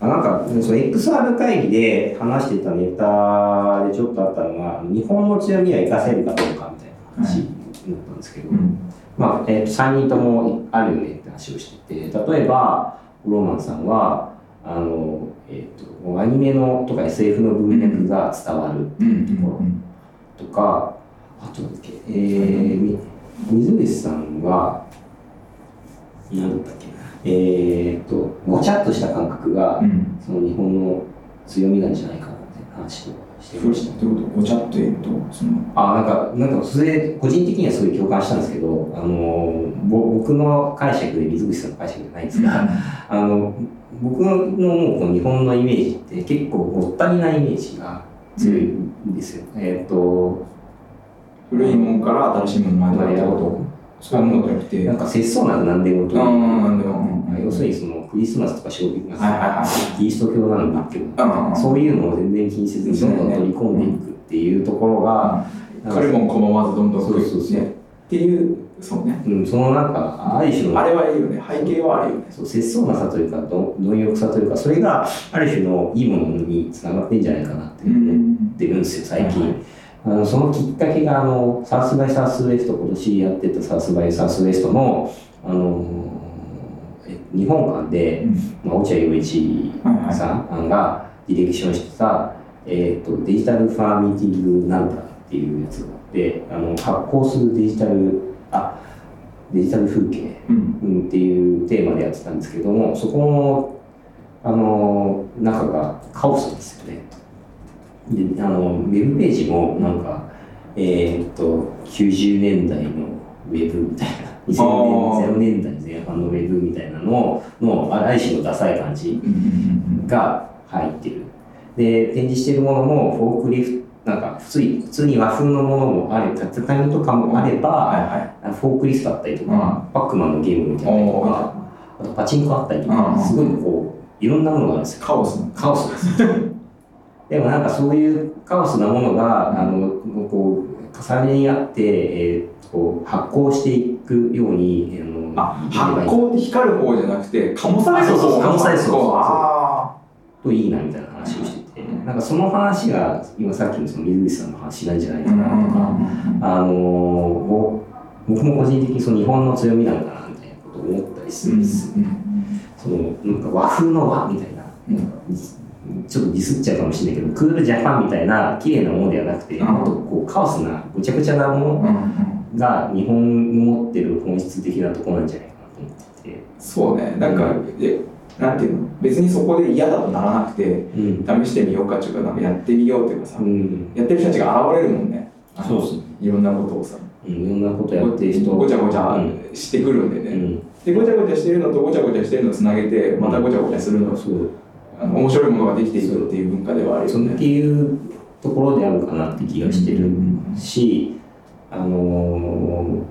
あなんか、その XR 会議で話してたネタでちょっとあったのが、日本の強みは活かせるかどうかみたいな話だったんですけど、うん。まあえー、と3人ともあるよねって話をしてて例えばローマンさんはあの、えー、とアニメのとか SF の文脈が伝わるうん。とかあとなんだっけ、えー、み水口さんはなんだったっけなえっ、とごちゃっとした感覚がうん。その日本の強みなんじゃないかなって話をしてどうまししたたってことごちゃっと言うと、その、あなんか、なんか、それ、個人的にはすごい共感したんですけど、あの、ぼ僕の解釈で水口さんの解釈じゃないんですが、 あの、僕のもうこの日本のイメージって結構ごったりなイメージが強いんですよ。えっ、と、古いもんから新しいもんまでまあやったこと。そういうものじゃなくて。なんか節操なら何でもとういんううんうんうん。要するにそのクリスマスとか正月とはいはいか、はキリスト教なんだっけど、い。うん。そういうのを全然気にせずにどんどん取り込んでいくっていうところが、なんかカルボン拒まずどんどんそうそうそうねっていう、そうね。うん、そのなんか、ある種のあれはいいよね。背景はあるよね。そう節操なさというかど貪欲さというかそれがある種のいいものにつながってんじゃないかなって思ってるんですよ最近、はいはいあのそのきっかけがあのサウスバイサウスウエスト今年やってたサウスバイサウスウエストの、あのーえ日本館で、うんまあ、落合陽一はいはいさんがディレクションしてた、えー、とデジタルファーミーティングなんだっていうやつがあってあの発行するデジタルあデジタル風景うん。うんっていうテーマでやってたんですけどもそこの、あの中がカオスなんですよね。であのウェブページもなんか、えーっと90年代のウェブみたいなあー2000年0年代前半のウェブみたいなののある種のダサい感じうんうんが入ってる。で展示しているものもフォークリフトなんか普通に普通に和風のものもあれ畳とかもあれば、はいはフォークリストあったりとか、うんパックマンのゲームみたいなのとか、あとパチンコあったりとうんかう、んすごいこう、いろんなものがあるんですい。よ。カオスの。カオス です。でもなんかそういうカオスなものが、あの、こう、重ね合って、えーこう発行していくように、あのあ、発光って光る方じゃなくて、カモされるあそうそう方醸される方あといいなみたいな話をしてて、うんなんかその話が、今さっきのその水口さんの話なんじゃないあ。かなとか、あのぼ僕も個人的にその日本の強みなのかなみたいなことを思ったりするんですよ。そのなんか和風の和みたいな、うんなんかちょっとディスっちゃうかもしれないけど、クールジャパンみたいな綺麗なものではなくて、うんもっとこうカオスな、ぐちゃぐちゃなものが日本の持ってる本質的なところなんじゃないかなと思ってて。そうね、なんか、えなんていうの、別にそこで嫌だとならなくて、うん。試してみようかっていうか、なんかやってみようっていうかさ、うん。やってる人たちが現れるもんね。あのそうっすねいろんなことをさ、うん、いろんなことやってる人。ごちゃごちゃうん。してくるんでうね。ん、で、ごちゃごちゃしてるのとごちゃごちゃしてるのをつなげて、またごちゃごちゃするの、そうあの面白いものができていくっていう文化ではあるよそのっね。ていうところであるかなって気がしてるうんし、あの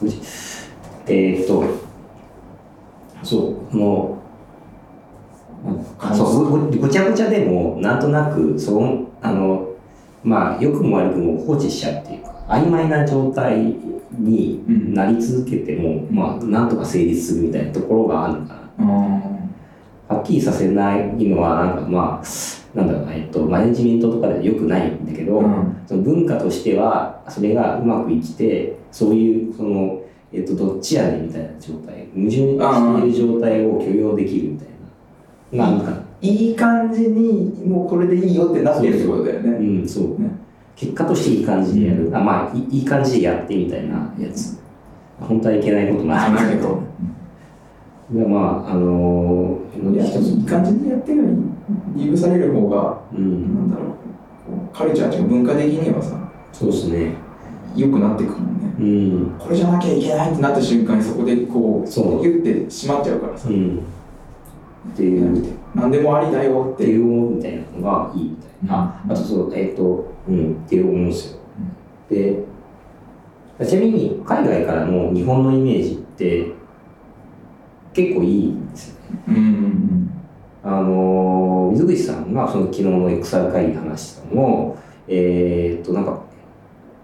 ーえーっとそうこのあそうごごごちゃごちゃでもなんとなくそのあのまあ良くも悪くも放置しちゃうっていうか曖昧な状態になり続けても、うんまあなんとか成立するみたいなところがあるのかなうんはっきりさせないのはなんかまあなんだろうな、えっと、マネジメントとかでは良くないんだけど、うんその文化としてはそれがうまくいきてそういうその、えっと、どっちやねんみたいな状態矛盾している状態を許容できるみたいな、なんか、いい感じに、もうこれでいいよってなってるってことだようね。ん、そうね結果としていい感じでやる、あまあいいいい感じでやってみたいなやつ本当はいけないことなんですだけけどど、でまああのいや一ついい感じにやってるのに、許される方が、うんなんだろう、こうカルチャーっていうか文化的にはさ、そうですね良くなってくもんね。うんこれじゃなきゃいけないってなった瞬間に、そこでこう、そう言ってしまっちゃうからさう、んっていう何でもありだよっってていいう。うものみたいなのがいいみたいな、うんあとそうえっ、とうんって思うんですよ、でちなみに海外からの日本のイメージって結構いいんですよねうんうんあの水口さんがその昨日の XR 会議で話したのをえーっとなんか、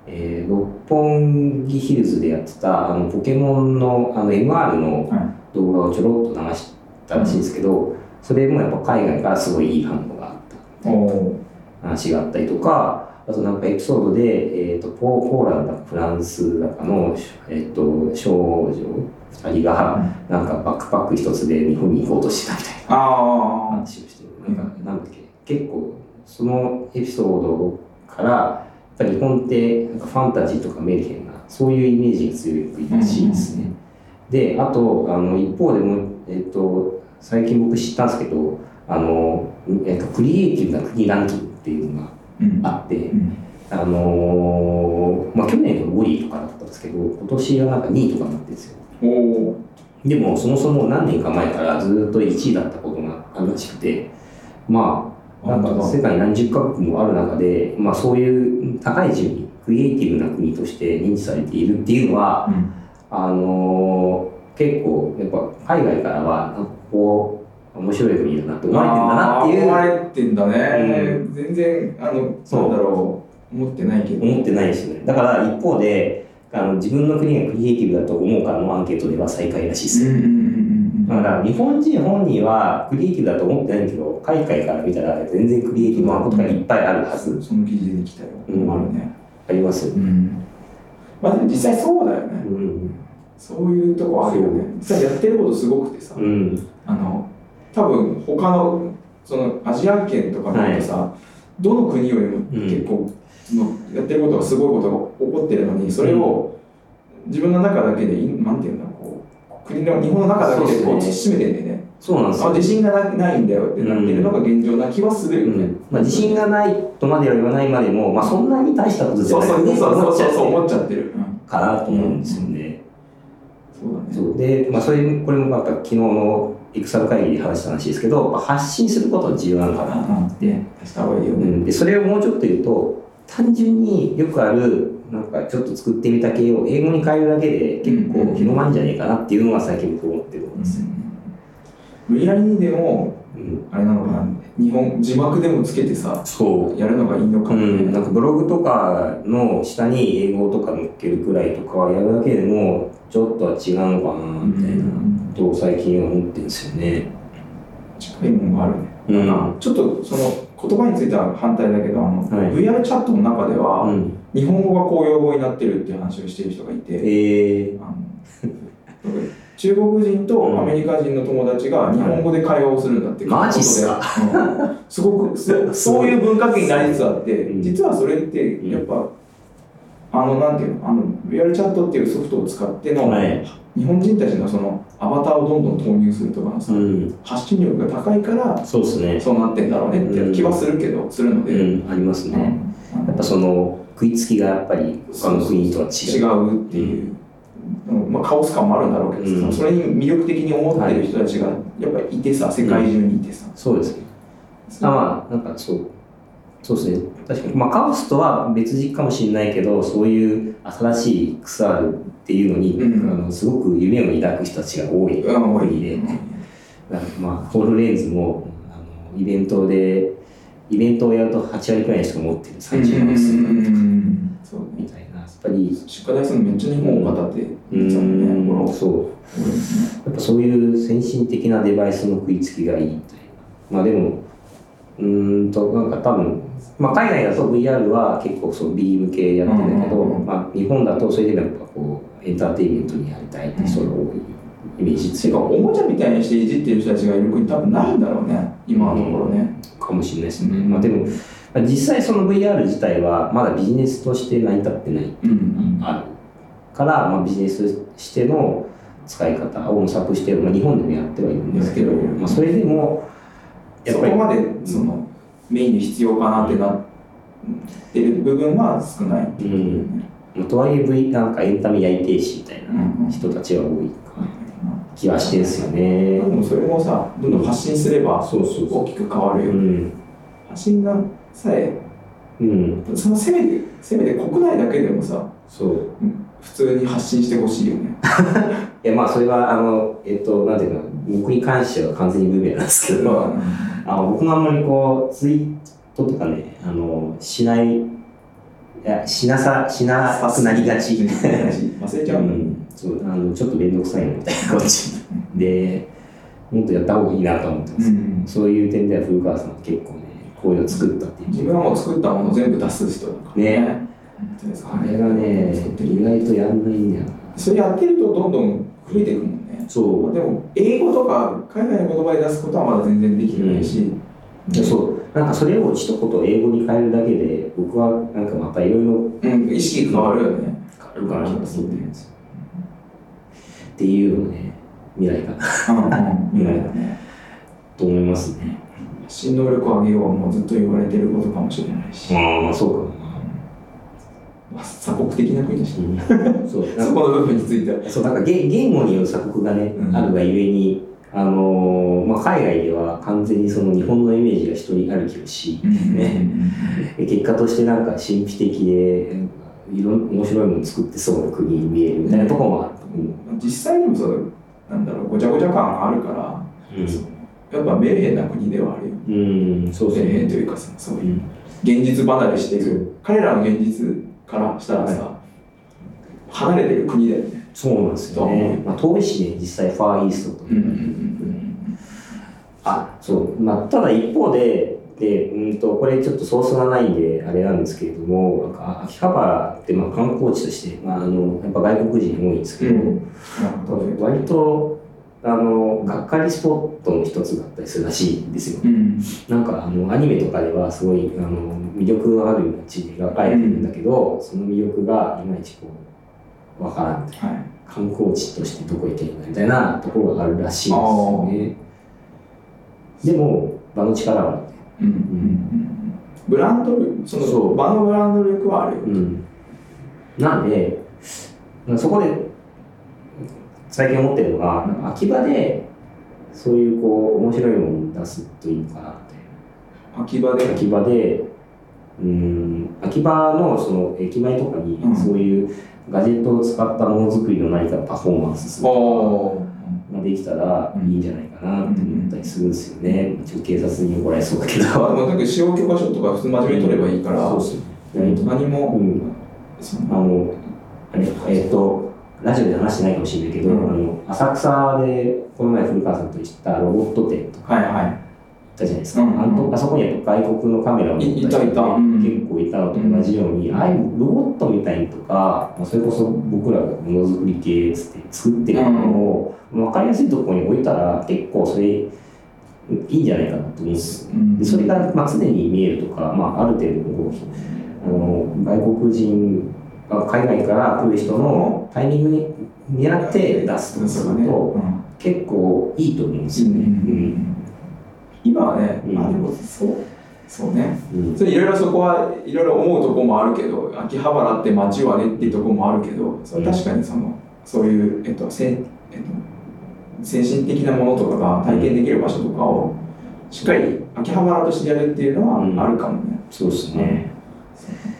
えー六本木ヒルズでやってたあのポケモンのあの MR のは動画をちょろっと流したらしいんですけど、それもやっぱ海外からすごいいい反応があったおお話があったりとか、あとなんかエピソードで、えー、とポーポーランドだかフランスだかの、えー、と少女2人がなんかバックパック一つで日本に行こうとしてたみたいあなあ話をしてるなんかなんだっけ結構そのエピソードからやっぱり日本ってなんかファンタジーとかメルヘンなそういうイメージが強いらしいですね。であとあの一方でもう、えっと最近僕知ったんですけどあの、えっとクリエイティブな国ランキングっていうのがうんあって、うんあのーまあ、去年の5位とかだったんですけど今年はなんか2位とかになってるんですよおおでもそもそも何年か前からずっと1位だったことがあるらしくてまあなんか世界何十カ国もある中で、まあ、そういう高い順位クリエイティブな国として認知されているっていうのはうんあのー結構やっぱ海外からはなんかこう面白い国だなって思われてるんだなってあーいう思われてんだね、う全然あのそうなんだろう思ってないけど思ってないですよねだから一方であの自分の国がクリエイティブだと思うからのアンケートでは最下位らしいですうんよ、うんうんうんだから日本人本人はクリエイティブだと思ってないけど海外から見たら全然クリエイティブなことがいっぱいあるはずその記事で来たよ、うんあるねありますようね、んまあでも実際そうだよね、うんそういうとこあるよね実際やってることすごくてさ、うん、あの多分他のそのアジア圏とかだとさ、どの国よりも結構、のやってることがすごいことが起こってるのにそれを自分の中だけでいなんていうんだろうこう国の日本の中だけでこうそう縮でめてんだよねそうなんですあよ自信がなないんだよってなってるのが現状な気はするようね、んまあ、自信がないとまでは言わないまでも、まあ、そんなに大したことじゃそうないそう思っそうそうちそゃうそうう思っちゃってる、うんかなと思うんですよね。そうだねそうで、まあ、それこれもなんか昨日のエクサル会議で話した話ですけど、まあ発信することは重要なのかなでした方がいいようね、ん、でそれをもうちょっと言うと単純によくあるなんかちょっと作ってみた系を英語に変えるだけで結うんうんう構ん広まるんじゃねえかなっていうのは最近僕思ってるんですよ、無理やりにでもうん、あれなのかな日本字幕でもつけてさそやるのがいいのかうもね、ん、なんかブログとかの下に英語とか載っけるくらいとかはやるだけでもちょっとは違うのかなみたいなことを最近は思ってるんですよね、近いものがあるね、うんちょっとその言葉については反対だけどあの、はい VR チャットの中では、うん、日本語が公用語になってるっていう話をしている人がいえてー、あの中国人とアメリカ人の友達が日本語で会話をするんだってマジっすかことでうんす ごくそそういう文化圏になりつつあってうん実はそれってやっぱ、あのなんていうのあの VR チャットっていうソフトを使っての、はい日本人たちのそのアバターをどんどん投入するとかのさ、うん、発信力が高いからそうですねそうなってんだろうねって気はするけど、するので、うんありますね、やっぱその食いつきがやっぱり他の国とは違違う。うっていう、うんまあ、カオス感もあるんだろうけどさ、うんそれに魅力的に思ってる人たちがやっぱりいてさ世界中にいてさ、そうですね。あまあなんかそうそうですね確かにまあカオスとは別軸かもしれないけどそういう新しい XR っていうのに、うんあのすごく夢を抱く人たちが多い。うん多いいいねなんかまあホールレンズもあのイベントでイベントをやると8割くらいの人が持ってるうん30万するそうねみたいなやっぱり出荷台数めっちゃ日本を語ってういつもねーこんのそうやっぱそういう先進的なデバイスの食いつきがいいみたいな。まあでも、うーんと、なんか多分、まあ海外だと VR は結構そうビーム系やってるんだけど、うんうんうんまあ日本だとそれでもやっぱこう、エンターテインメントにやりたいって人が多いイメージて強かおもちゃみたいにしていじってる人たちがいる国多分ないんだろうね今のところね、いかもしれないですね。うんまあでも、まあ実際その VR 自体はまだビジネスとして成り立ってない、うんあるから、まあビジネスとしての使い方を模索して、まあ日本でもやってはいるんですけど、ですけどまあそれでも、やそっこぱりまでその、メインに必要かなってなってる部分は少ないっていうね、まあとはいえ V なんかエンタメやりてえしみたいうんうんな人たちは多い気はしてんすよでね。もそれもさどんどん発信すればそうそう大きく変わうるよ、ん。発信がさえうん。そのせめてせめて国内だけでもさそう。普通に発信してほしいよねいやまあそれはあのえっとなんていうの僕に関しては完全に無名なんですけど、まあの僕もあんまりこうツイートとかねあのしないいやしなさしなあ、くなりがち忘れちゃううんだん、そうあのちょっと面倒くさいなみたいな感じでもっとやった方がいいなと思ってます、うんそういう点では古川さんは結構ねこういうの作ったっていう自分はもう作ったもの全部出す人だからねですかあれがね作って意る外とやんないんだよなそれやってるとどんどん増えていくもんねそうでも英語とか海外の言葉で出すことはまだ全然できてないし、そうなんかそれを一言英語に変えるだけで僕はなんかまたいろいろうん、意識変わるよね変わるかなと思ってるんですよっていうのをね未来かなうんうんねと思いますね新能力を上げようはもうずっと言われてることかもしれないし、ああそうかも鎖国的な国だしな、うん、そうなんそかこの部分についてはそうなんか言言語による鎖国がね、うんあるがゆえに、あのーまあ、海外では完全にその日本のイメージが一人歩きをしねで結果としてなんか神秘的でなんかいろん面白いもの作ってそうな国に見えるみたいなところもあると思実際でもそうなんだろうごちゃごちゃ感あるからう、やっぱメルヘンな国ではあるようん、うん、そうメそうルヘンというかさそうういうん現実離れしていそうく彼らの現実からしたらさ、離れてる国だよねそうなんですよね、まあ、遠いしね実際ファーイーストとか、あそうまあ、ただ一方ででうんとこれちょっとソースがないんであれなんですけれどもなんか秋葉原ってまあ観光地として、まあ、あのやっぱ外国人多いんですけど、うんなるほどね割とあのがっかりスポットの一つだったりするらしいんですようんなんかあのアニメとかではすごいあの魅力のある街で描かれてるんだけど、その魅力がいまいちこうわからんはい観光地としてどこ行けるのみたいなところがあるらしいですよねでも場の力はあるうんうんブランド力そのそう場のブランド力はあるよ、うんなんでそこで最近思ってるのがなんか秋葉でそういうこう面白いものを出すといいのかなって秋葉で秋葉でうん秋葉のその駅前とかにうんそういうガジェットを使ったものづくりの何かパフォーマンスするとかおができたらいいんじゃないかなって思ったりするんですよね、ちょっと警察に怒られそうだけどあでもなんか使用許可証とか普通に真面目に取ればいいからそうですね何うもんそあののあれえっ、とラジオで話してないかもしれないけど、うんあの浅草でこの前古川さんと行ったロボット展とかはいは行ったじゃないですか、うんあのあそこにやっぱ外国のカメラを持ったいいたいたうん結構いたのと同じように、ああいうロボットみたいにとか、まあ、それこそ僕らがものづくり系っつって作ってるものを分かりやすいところに置いたら結構それいいんじゃないかなと思うんですよい、うんでそれが、まあ、常に見えるとか、まあ、ある程度こうあの外国人あ海外から来る人のタイミングに狙って出すとかすそうだるね、とうん結構いいと思うんですよね。うん今はね、うんあでもそうそうねうんそれいろいろそこはいろいろ思うとこもあるけど秋葉原って街はねっていうとこもあるけどそれ確かにそのそういう、えっとせんえっと、精神的なものとかが体験できる場所とかをしっかり秋葉原としてやるっていうのうんはあるかもね、そうですね。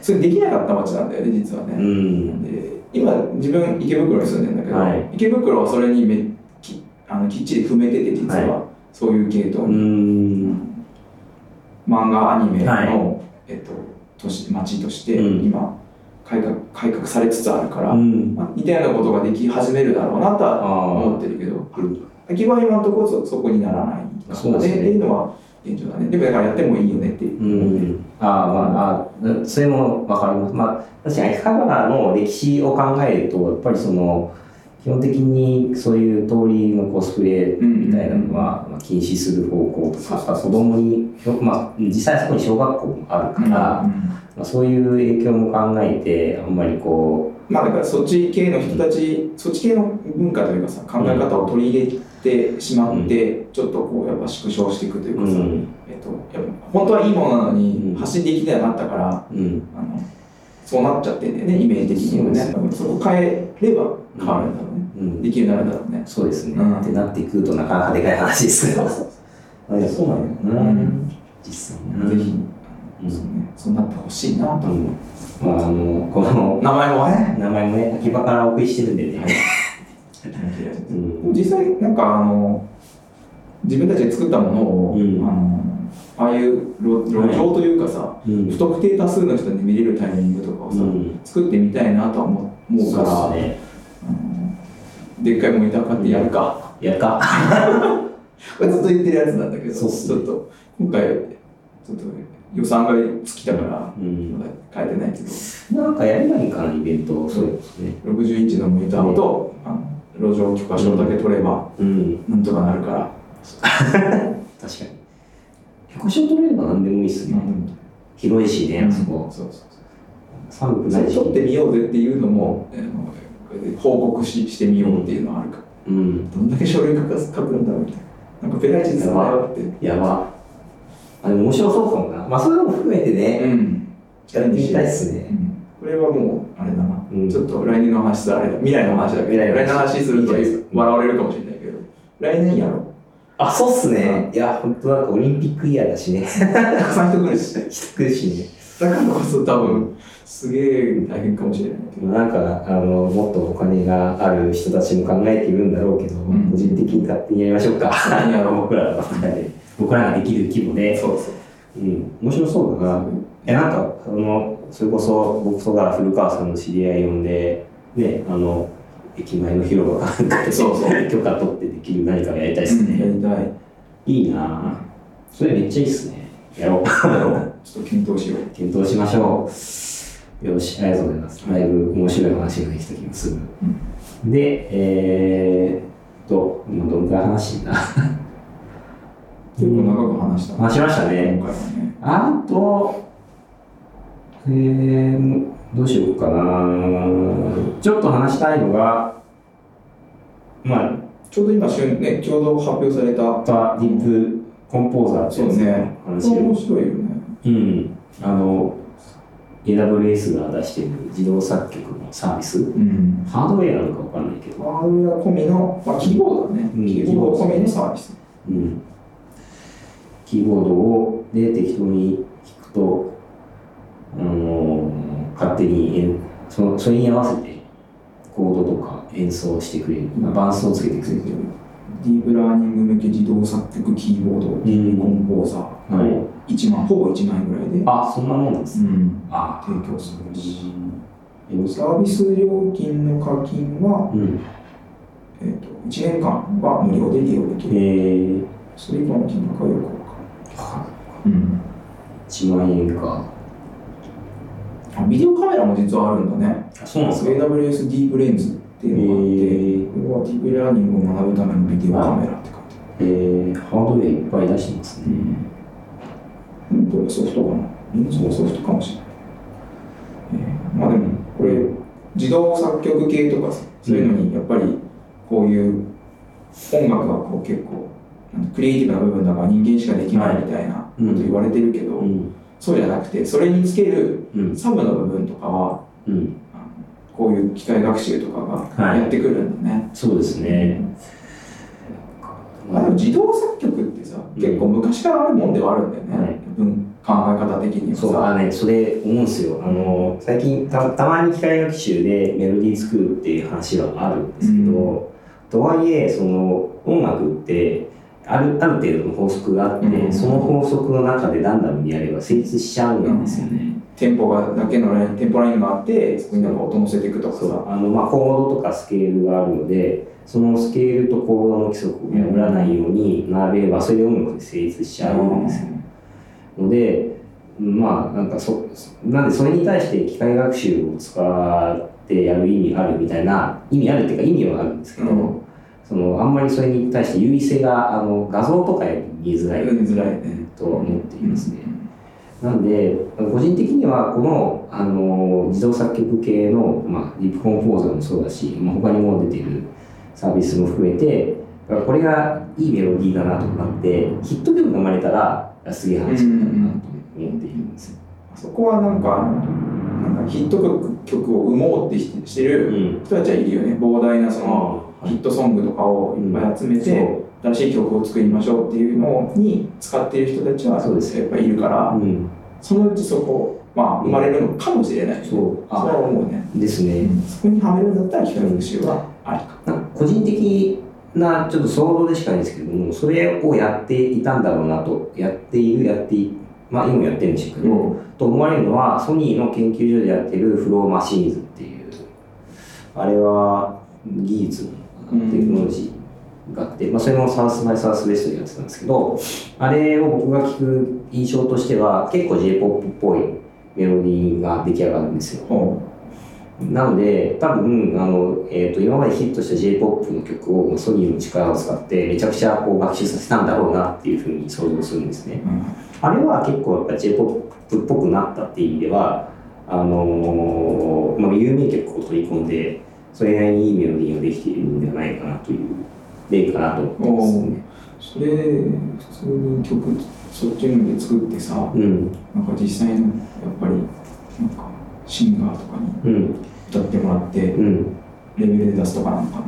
それできなかった街なんだよね実はね、うん。で今自分池袋に住んでんだけど、はい池袋はそれにめきあのきっちり踏めてて実は、そういう系う統に、ん。漫画アニメの、はえっと、都市町としてうん今改革改革されつつあるから、うん。まあ、似たようなことができ始めるだろうなとはあ思ってるけどあ。秋葉は今のところそそこにならないからそうですねっていうのは現状だねでもだからやってもいいよねっていうう、ん。ああ、まあ、ああ、それもわかります。まあ、確かに秋葉原の歴史を考えると、やっぱりその、基本的にそういう通りのコスプレみたいなのは、まあ、禁止する方向とか、あとは子供に、まあ、実際そこに小学校もあるうから、んまあ、そういう影響も考えて、あんまりこう、まあだからそっち系の人たち、そっち系の文化というかさ考え方を取り入れてしまって、ちょっとこうやっぱ縮小していくというかさ、うん。えっと、やっぱ本当はいいものなのうんに発信できてなかったから、うん。あのそうなっちゃってんだよねイメージ的にもねそそこ変えれば変わるんだろうね、うんできるようになるんだろうねそうですね。うんってなってくると、なかなかでかい話ですけど。あいやそうなんだよな、うん実際ぜひ、うんそうねそうなってほしいなとう思う、んまああのこの 名前もね、名前もね秋葉からお送りしてるんでね、でうんも実際なんかあの自分たちで作ったものを、うんあのああいう路路上というかさ、うん不特定多数の人に見れるタイミングとかをさ、うん作ってみたいなとは思う思うからそうですねうんでっかいモニター買ってやるか、やるかこれずっと言ってるやつなんだけどそうっすねちょっと今回ちょっと予算が尽きたから、うんまだ買えてないけどなんかやればいいかなイベントそうですね60インチのモニターと、あの路上許可証だけ取ればうんなんとかなるから、確かに許可証取れれば何でもいいっすなねんでも広いしねあそこそうそうそう寒くそなれいし取ってみようぜっていうのも、あのこれで報告ししてみようっていうのはあるから、うんどんだけ書類書か書くんだろうみたいななんかペライチですねってやばあでも面白そうかもなまあそういうのも含めてねうんやってみたいっすねこれはもうあれだな、うんちょっと来年の話さあれだ未来の話だけど未来の話すいるといじゃないですか笑われるかもしれないけど来年やろあそうっすねいや本当なんかオリンピックイヤーだしね うたくさん人来るしだ人来るしねからこそ多分すげえ大変か もしれないけどなんかあのもっとお金がある人たちも考えているんだろうけど、ん個人的に勝手にやりましょう か何やろ僕らの僕らができる規模うで、そうそううん、面白そうだなえなんかあのそれこそ僕とか古川さんの知り合い呼んでねあの駅前の広場かなんかでそうそう 許可取ってできる何かをやりたいですやね、りたいいいなあそれめっちゃいいっすねやろう ちょっと検討しよう検討しましょうよしありがとうございますだいぶ面白い話ができた気がする、でえー、っと今どんくらい話してた結構長く話したな話しましたね今回はねあと、えー、どうしようかな。ちょっと話したいのが、まあ、ちょうど今旬ねちょうど発表されたまたディープコンポーザーってそやうつねの話を面白いよねうん。あの、AWS が出している自動作曲のサービス、うんハードウェアなのかわかんないけど、ハードウェア込みの、まあ、キーボードだね。うんキーボード込みのサービス。うん、キーボードをで適当に弾くと、あの勝手に演そのそれに合わせてコードとか演奏してくれる、まあ、伴奏をつけてくれる、ディープラーニング向け自動作曲キーボード、ディープコンポーザー、はい、 1万、ほぼ1万円ぐらいで、あそんなもんなんですね、うんあ提供するし。うんサービス料金の課金は、うんえー、と1年間は無料で利用できえる。ー、それ以降の金額はよくわかある。うん1万円かあ。ビデオカメラも実はあるんだね。あそうなんですか AWS ディープレンズってえいうのがあって、ーこれはディープラーニングを学ぶためのビデオカメラって書いてある。えー、ハードウェアいっぱい出してますね、うん、これソフトかな ?Windows のソフトかもしれない。えーまあでも、これ、自動作曲系とかさ、そういうのに、やっぱり、こういう音楽はこう結構、なんかクリエイティブな部分だから人間しかできないみたいなこと言われてるけど、うんそうじゃなくて、それにつけるうんサブの部分とかは、うんあのこういう機械学習とかがはいやってくるんだね。そうですね、あでも自動作曲ってさ、うん結構昔からあるもんではあるんだよね、はい文考え方的にはさ。そうあのねそれ思うんですよあの最近たたまに機械学習でメロディー作るっていう話はあるんですけど、とはいえその音楽ってあるある程度の法則があって、うんその法則の中でランダムにやれば成立しちゃうんですよね。テンポがだけのラインテンポラインがあってそこになんか音乗せていくとかそさうあのまあ、コードとかスケールがあるのでそのスケールとコードの規則を破らないように並べればそれで音楽で成立しちゃうんですよのでまあなんかそなんでそれに対して機械学習を使ってやる意味あるみたいな意味あるっていうか意味はあるんですけど、うんそのあんまりそれに対して優位性があの画像とかより見えづらやいりづらいねとは思っていますね。なんで個人的にはこのあの自動作曲系の、まあ、リップコンポーザーもそうだし、まあ、他にも出てるサービスも含めてこれがいいメロディーだなとかってヒット曲が生まれたらすげえ話だなと思っているんですよ。そこはなんかなんかヒット曲曲を生もうってしてしてるん、人たちはいるよね膨大なそのヒットソングとかをいっぱい集めそてう新しい曲を作りましょうっていうのに使ってる人たちはそうですやっぱいるからうん、そのうちそこまあ生まれるのかもしれなそいうそれあは思うねですねそこにはめるんだったら機械学習はありかなんか個人的なちょっと想像でしかないんですけども、それをやっていたんだろうなと、やっている、やってい、まあ今もやってるんでしょうけど、と思われるのは、ソニーの研究所でやってるフローマシーンズっていう、あれは技術なのかうな、んテクノロジーがあって、まあそれもサウスバイサウスウェストでやってたんですけど、あれを僕が聞く印象としては、結構 J-POP っぽいメロディーが出来上がるんですよ。ほなので、多分あの、えー、と今までヒットした J−POP の曲をもうソニーの力を使ってめちゃくちゃこう学習させたんだろうなっていうふうに想像するんですねう。。うんあれは結構やっぱ J−POP っぽくなったっていう意味では、あのーまあ、有名曲を取り込んで、それなりにいいメロディーができているんではないかなという例かなと思いますね。それ普通に曲そっちので作ってさうん、なんか実際のやっぱりなんかシンガーとかにうん、歌ってもらってうん。レベルで出すとかなのかな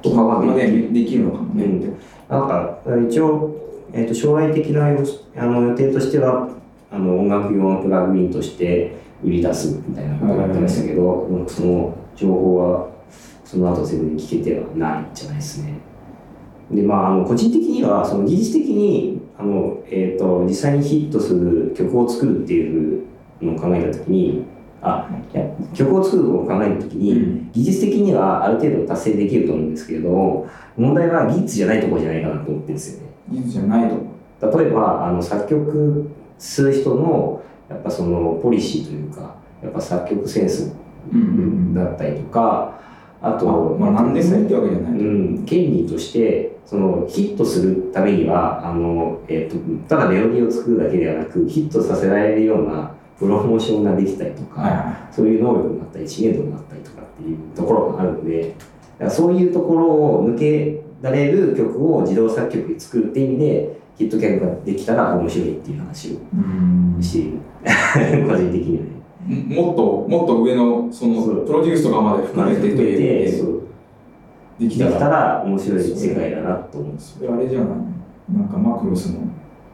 とかはまあねできるのかもねって、なんか一応、えー、と将来的な予あの予定としてはあの音楽用のプラグインとして売り出すみたいなことをやってましたけど、うんその情報はその後すぐに聞けてはないんじゃないですね。でまあ、あの個人的にはその技術的にあの、えー、と実際にヒットする曲を作るっていうのを考えた時にあいや曲を作るのを考えた時に、技術的にはある程度達成できると思うんですけれども問題は技術じゃないところじゃないかなと思ってるんですよね技術じゃないと例えばあの作曲する人のやっぱそのポリシーというかやっぱ作曲センスうんだったりとかあとまあ何でもいいってわけじゃなうい、ん、権利としてそのヒットするためにはあの、えっとただメロディーを作るだけではなくヒットさせられるようなプロモーションができたりとか、はいはそういう能力になったり知名度になったりとかっていうところがあるのでだからそういうところを抜けられる曲を自動作曲で作るっていう意味でヒット曲ができたら面白いっていう話をいうんしている個人的にはね。もっともっと上のそのそうプロデュースとかまで含めてという意味そうでででききたたらら面白い世界だなと思うんです。それあれじゃないなんかマクロスの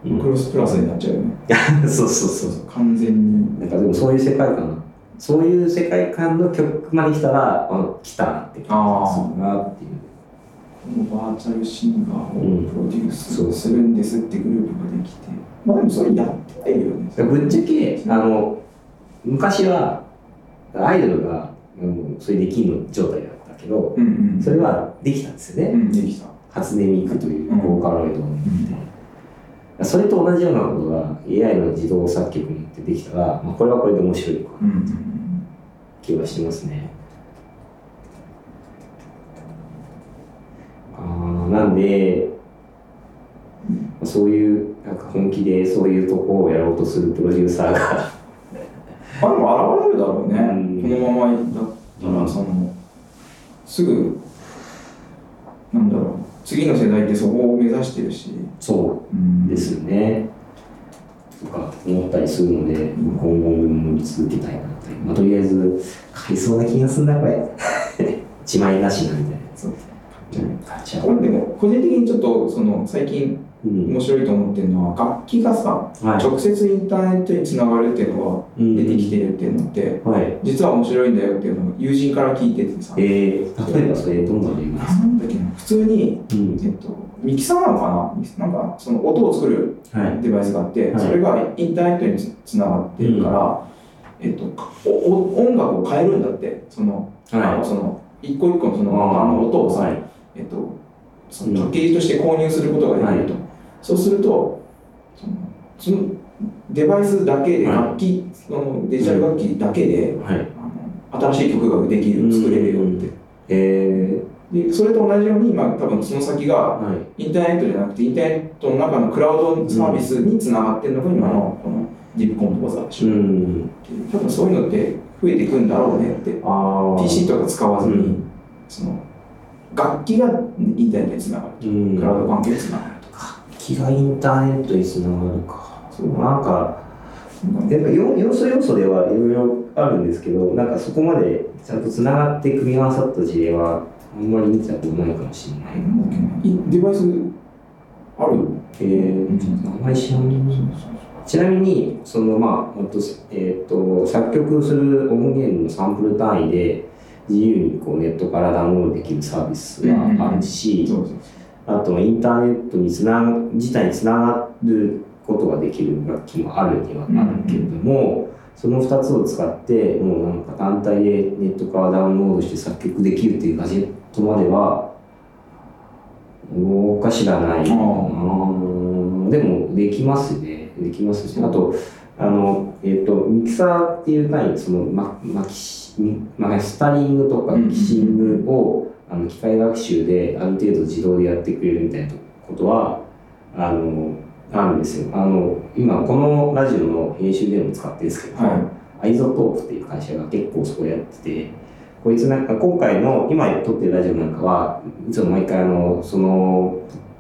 うマクんロスプラスになっちゃうよね、 そうそうそそうう。そう完全になんかでもそういう世界観そういう世界観の曲まで来たらあ来たなって感じがするなっていう。このバーチャルシンガーをプロデューうスんするんですってグループができて、まあでもそれやってないよね。ぶっちゃけあの昔はアイドルが、うん、それできる状態だったけどうんうん。それはできたんですようね、ん、できた。初音ミクといううんボーカロイドを持って、それと同じようなことが AI の自動作曲によってできたら、まあ、これはこれで面白いうんうん。気はしてますねあーなんでそういうなんか本気でそういうとこをやろうとするプロデューサーがあ、でも現れるだろうね。うんこのままだったうら、んその、すぐ、なんだろう、次の世代ってそこを目指してるし、そううんですよね。とか思ったりするので、今後も見続けたいなという。まあ、とりあえず、買いそうな気がするな、これ。 一枚なしなみたいなやつを買っちゃこう。れでも、個人的にちょっと、その、最近うん。面白いと思ってるのは、楽器がさ、は直接インターネットにつながるっていうのがい。うん出てきてるっていうのって、はい。実は面白いんだよっていうのを友人から聞いててさ、えー、例えばそれ、どんなの言いますかなんだっけな普通に、うん。えっと、ミキサーなのかなミキなんかその音を作るはい。デバイスがあって、はいそれがインターネットにつつながってるから、えっと、おお音楽を変えるんだってその,、あのはその一個一個のそい。のあの音をさ、はい。えっと、そのパッケージとして購入することができると、そうするとそのそのデバイスだけではい楽器、そのデジタル楽器だけで、はい。あの新しい曲ができる作れるよって。えー、でそれと同じように、まあ、多分その先がはい。インターネットじゃなくてインターネットの中のクラウドサービスにつながってるのが今のこのディープコンポーザーでしうょ、ん。多分そういうのって増えていくんだろうねってあー PC とか使わずうに、ん。その楽器がインターネットにつながる、うん。クラウド関係につながるとか、気がインターネットにつながるか。そうなんか、なんかやっぱ要要素要素ではいろいろあるんですけどなんかそこまでちゃんとつながって組み合わさった事例はあんまり見たことないかもしれない。いデバイスあるよ、えー、あんまり知らないちなみにそのまあほんと,、えー、と作曲する音源のサンプル単位で自由にこうネットからダウンロードできるサービスはあるし、そうそうあとインターネットにつな自体につながることができる楽器もあるにはあるけれども、その2つを使ってもうなんか単体でネットからダウンロードして作曲できるっていうガジェットまでは動かしがないかなでもできますねできますしあとあのえっ、とミキサーっていう単位そのままきしまマスタリングとかキシングを、あの機械学習である程度自動でやってくれるみたいなことはあのあるんですよあの今このラジオの編集でも使ってるんですけど、はアイゾトープっていう会社が結構そこやっててこいつなんか今回の今撮ってるラジオなんかはいつも毎回あのその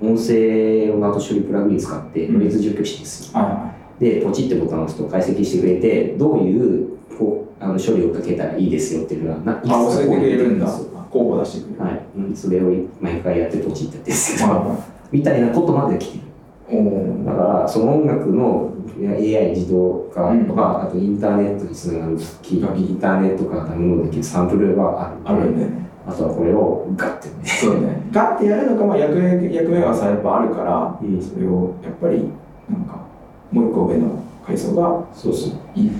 音声を後処理プラグイン使ってノイズ除去してるんですよいは。でポチってボタンを押すと解析してくれてどういうこうあの処理をかけたらいいですよっていうのがないあ、教えてくれるんだ。一冊こう出てます候補出してくれる。はい、うんそれを毎回やってポチってやってるんですけ ど、はみたいなことまで来てる。い。おお。だから、その音楽のいや AI 自動化とか、あとインターネットにつながる機器、インターネットからダウンロードできるサンプルはああるるんで、よね。あとはこれをガッてね、そうね。ガッてやるのか、まあ、役目役目はさ、やっぱあるから、それをやっぱり、なんか、もう一個上の階層がそうそう。いい。い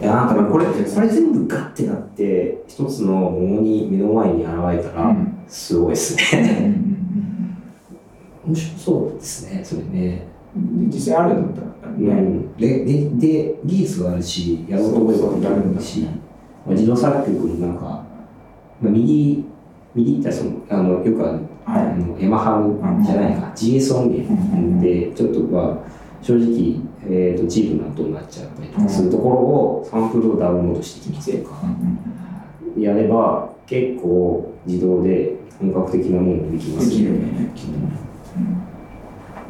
や、なんかねこれ、これ全部ガッてなって、一つのものに目の前に現れたら、ん。すごいですね。うんうん面白そうですね、それね。うん実際あるんだったらうね。ん、ででで技術があるしやろうと思えばやるんだしまあ自動作曲もなんか、まあ、右右ってそのあのよくあるあはのエマハムじゃないか GS 音源い。うんうんでちょっとまあ正直、えー、とチープな音になっちゃったりとかするところをサンプルをダウンロードしてきてやれば結構自動で本格的なものができまですきるよね。う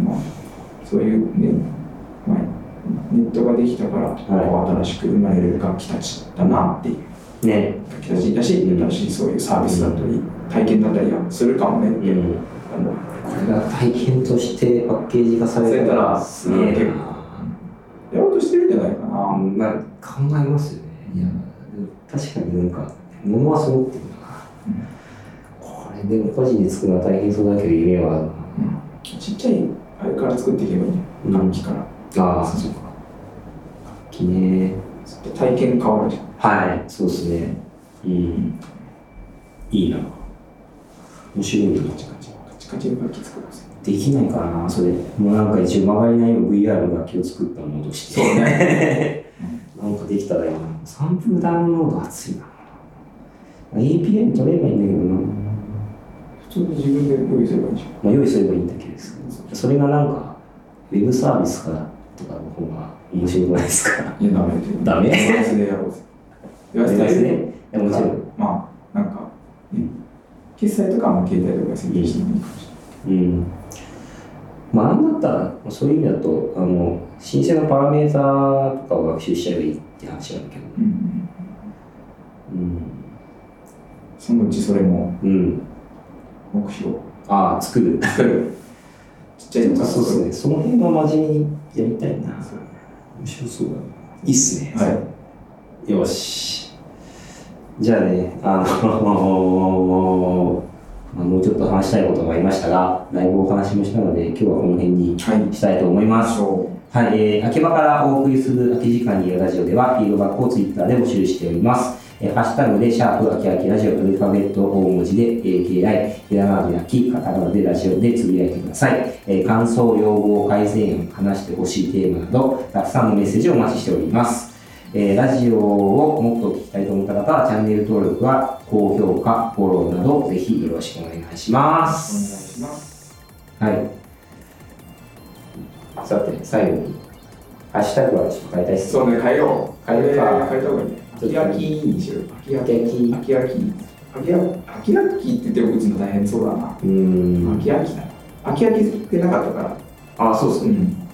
んまあ、そういうね、まあ、ネットができたから、こう新しく生まれる楽器たちだなっていうね、楽器たちだし、新しいそういうサービスだったり、体験だったりはするかもねって、うん、あのこれが体験としてパッケージ化されたらすげえされたらな。やろうとしてるんじゃないかな。まあ、考えますよね。いや、確かになんか、物は揃ってるな。これでも個人で作るのは大変そうだけど、夢はあるちっちゃいあれから作っていけばいいね、な。楽器から。ああ、そうか。楽器ね。体験変わるじゃん。はい、そうですね。うん。いいな。面白いな。カチカチカチカチの楽器作るんですよ。できないからな、それ。もうなんか一応曲がりないよう VR の楽器を作ったものとして。ね。なんかできたらいいな。サンプルダウンロード熱いな。API に取ればいいんだけどな。普通に自分で用意すればいいじゃん。まあ、用意すればいいんだけですそれがなんかウェブサービスからとかの方が面白くないですか いや、ダメで。ダメデバイスでやろうぜ。デバイスですでやねいやもちろんまあ、なんか、ね、決済とかはまあ携帯とかで設定してもいいかもしうんまあなんだったらそういう意味だとあの申請のパラメーターとかを学習しちゃえばいいって話あるけどれない。うん、うん、そのうちそれもうん、目標。ああ作る作るちっちゃいのから そうです作るねその辺は真面目にやりたいな面白そうだないいっすねはい。よし。じゃあね、あ の、まあもうちょっと話したいことがありましたが、だいぶお話もしたので、今日はこの辺にはい。したいと思います。そはい、えー、秋葉からお送りする秋時間にいるラジオでは、フィードバックをツイッターで募集しております。えー、ハッシュタグで、シャープ、秋秋ラジオ、アルファベット大文字で、AKI、ひらがなで秋、カタカナでラジオでつぶやいてください。えー、感想、要望、改善案、話してほしいテーマなど、たくさんのメッセージをお待ちしております。えー、ラジオをもっと聞きたいと思った方は、チャンネル登録は、高評価、フォローなど、ぜひよろしくお願いしまう。お願いしす。ます。はい。さて、最後に、ハッシュタグはちょっと変えたいですね。そうね、変えよう。変えた変えた方がいいね。ちょ秋っときにしよう。秋秋。焼き。秋秋。秋秋。秋秋って言っても打つの大変そうだな。うーん。秋秋だ。秋秋ってなかったから。あ、そうですね。ん。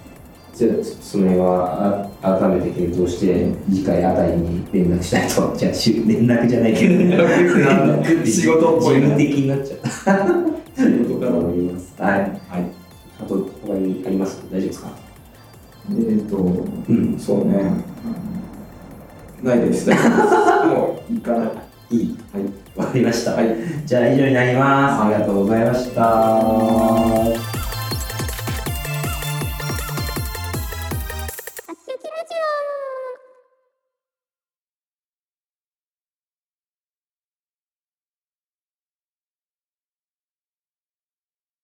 じゃあ、その辺はあ改めて検討して、次回あたりに連絡したいと。 じゃあ、しゅ連絡じゃないけど、 連絡って仕事っぽ事い務な。的になっちゃった仕事かとな。思います。はい。はい。あと、他にあります大丈夫ですかえっ、と、うん。そう ね。ないです。もう、いいかな。いい。はい。わかりました。はいじゃあ以上になります。ありがとうございました。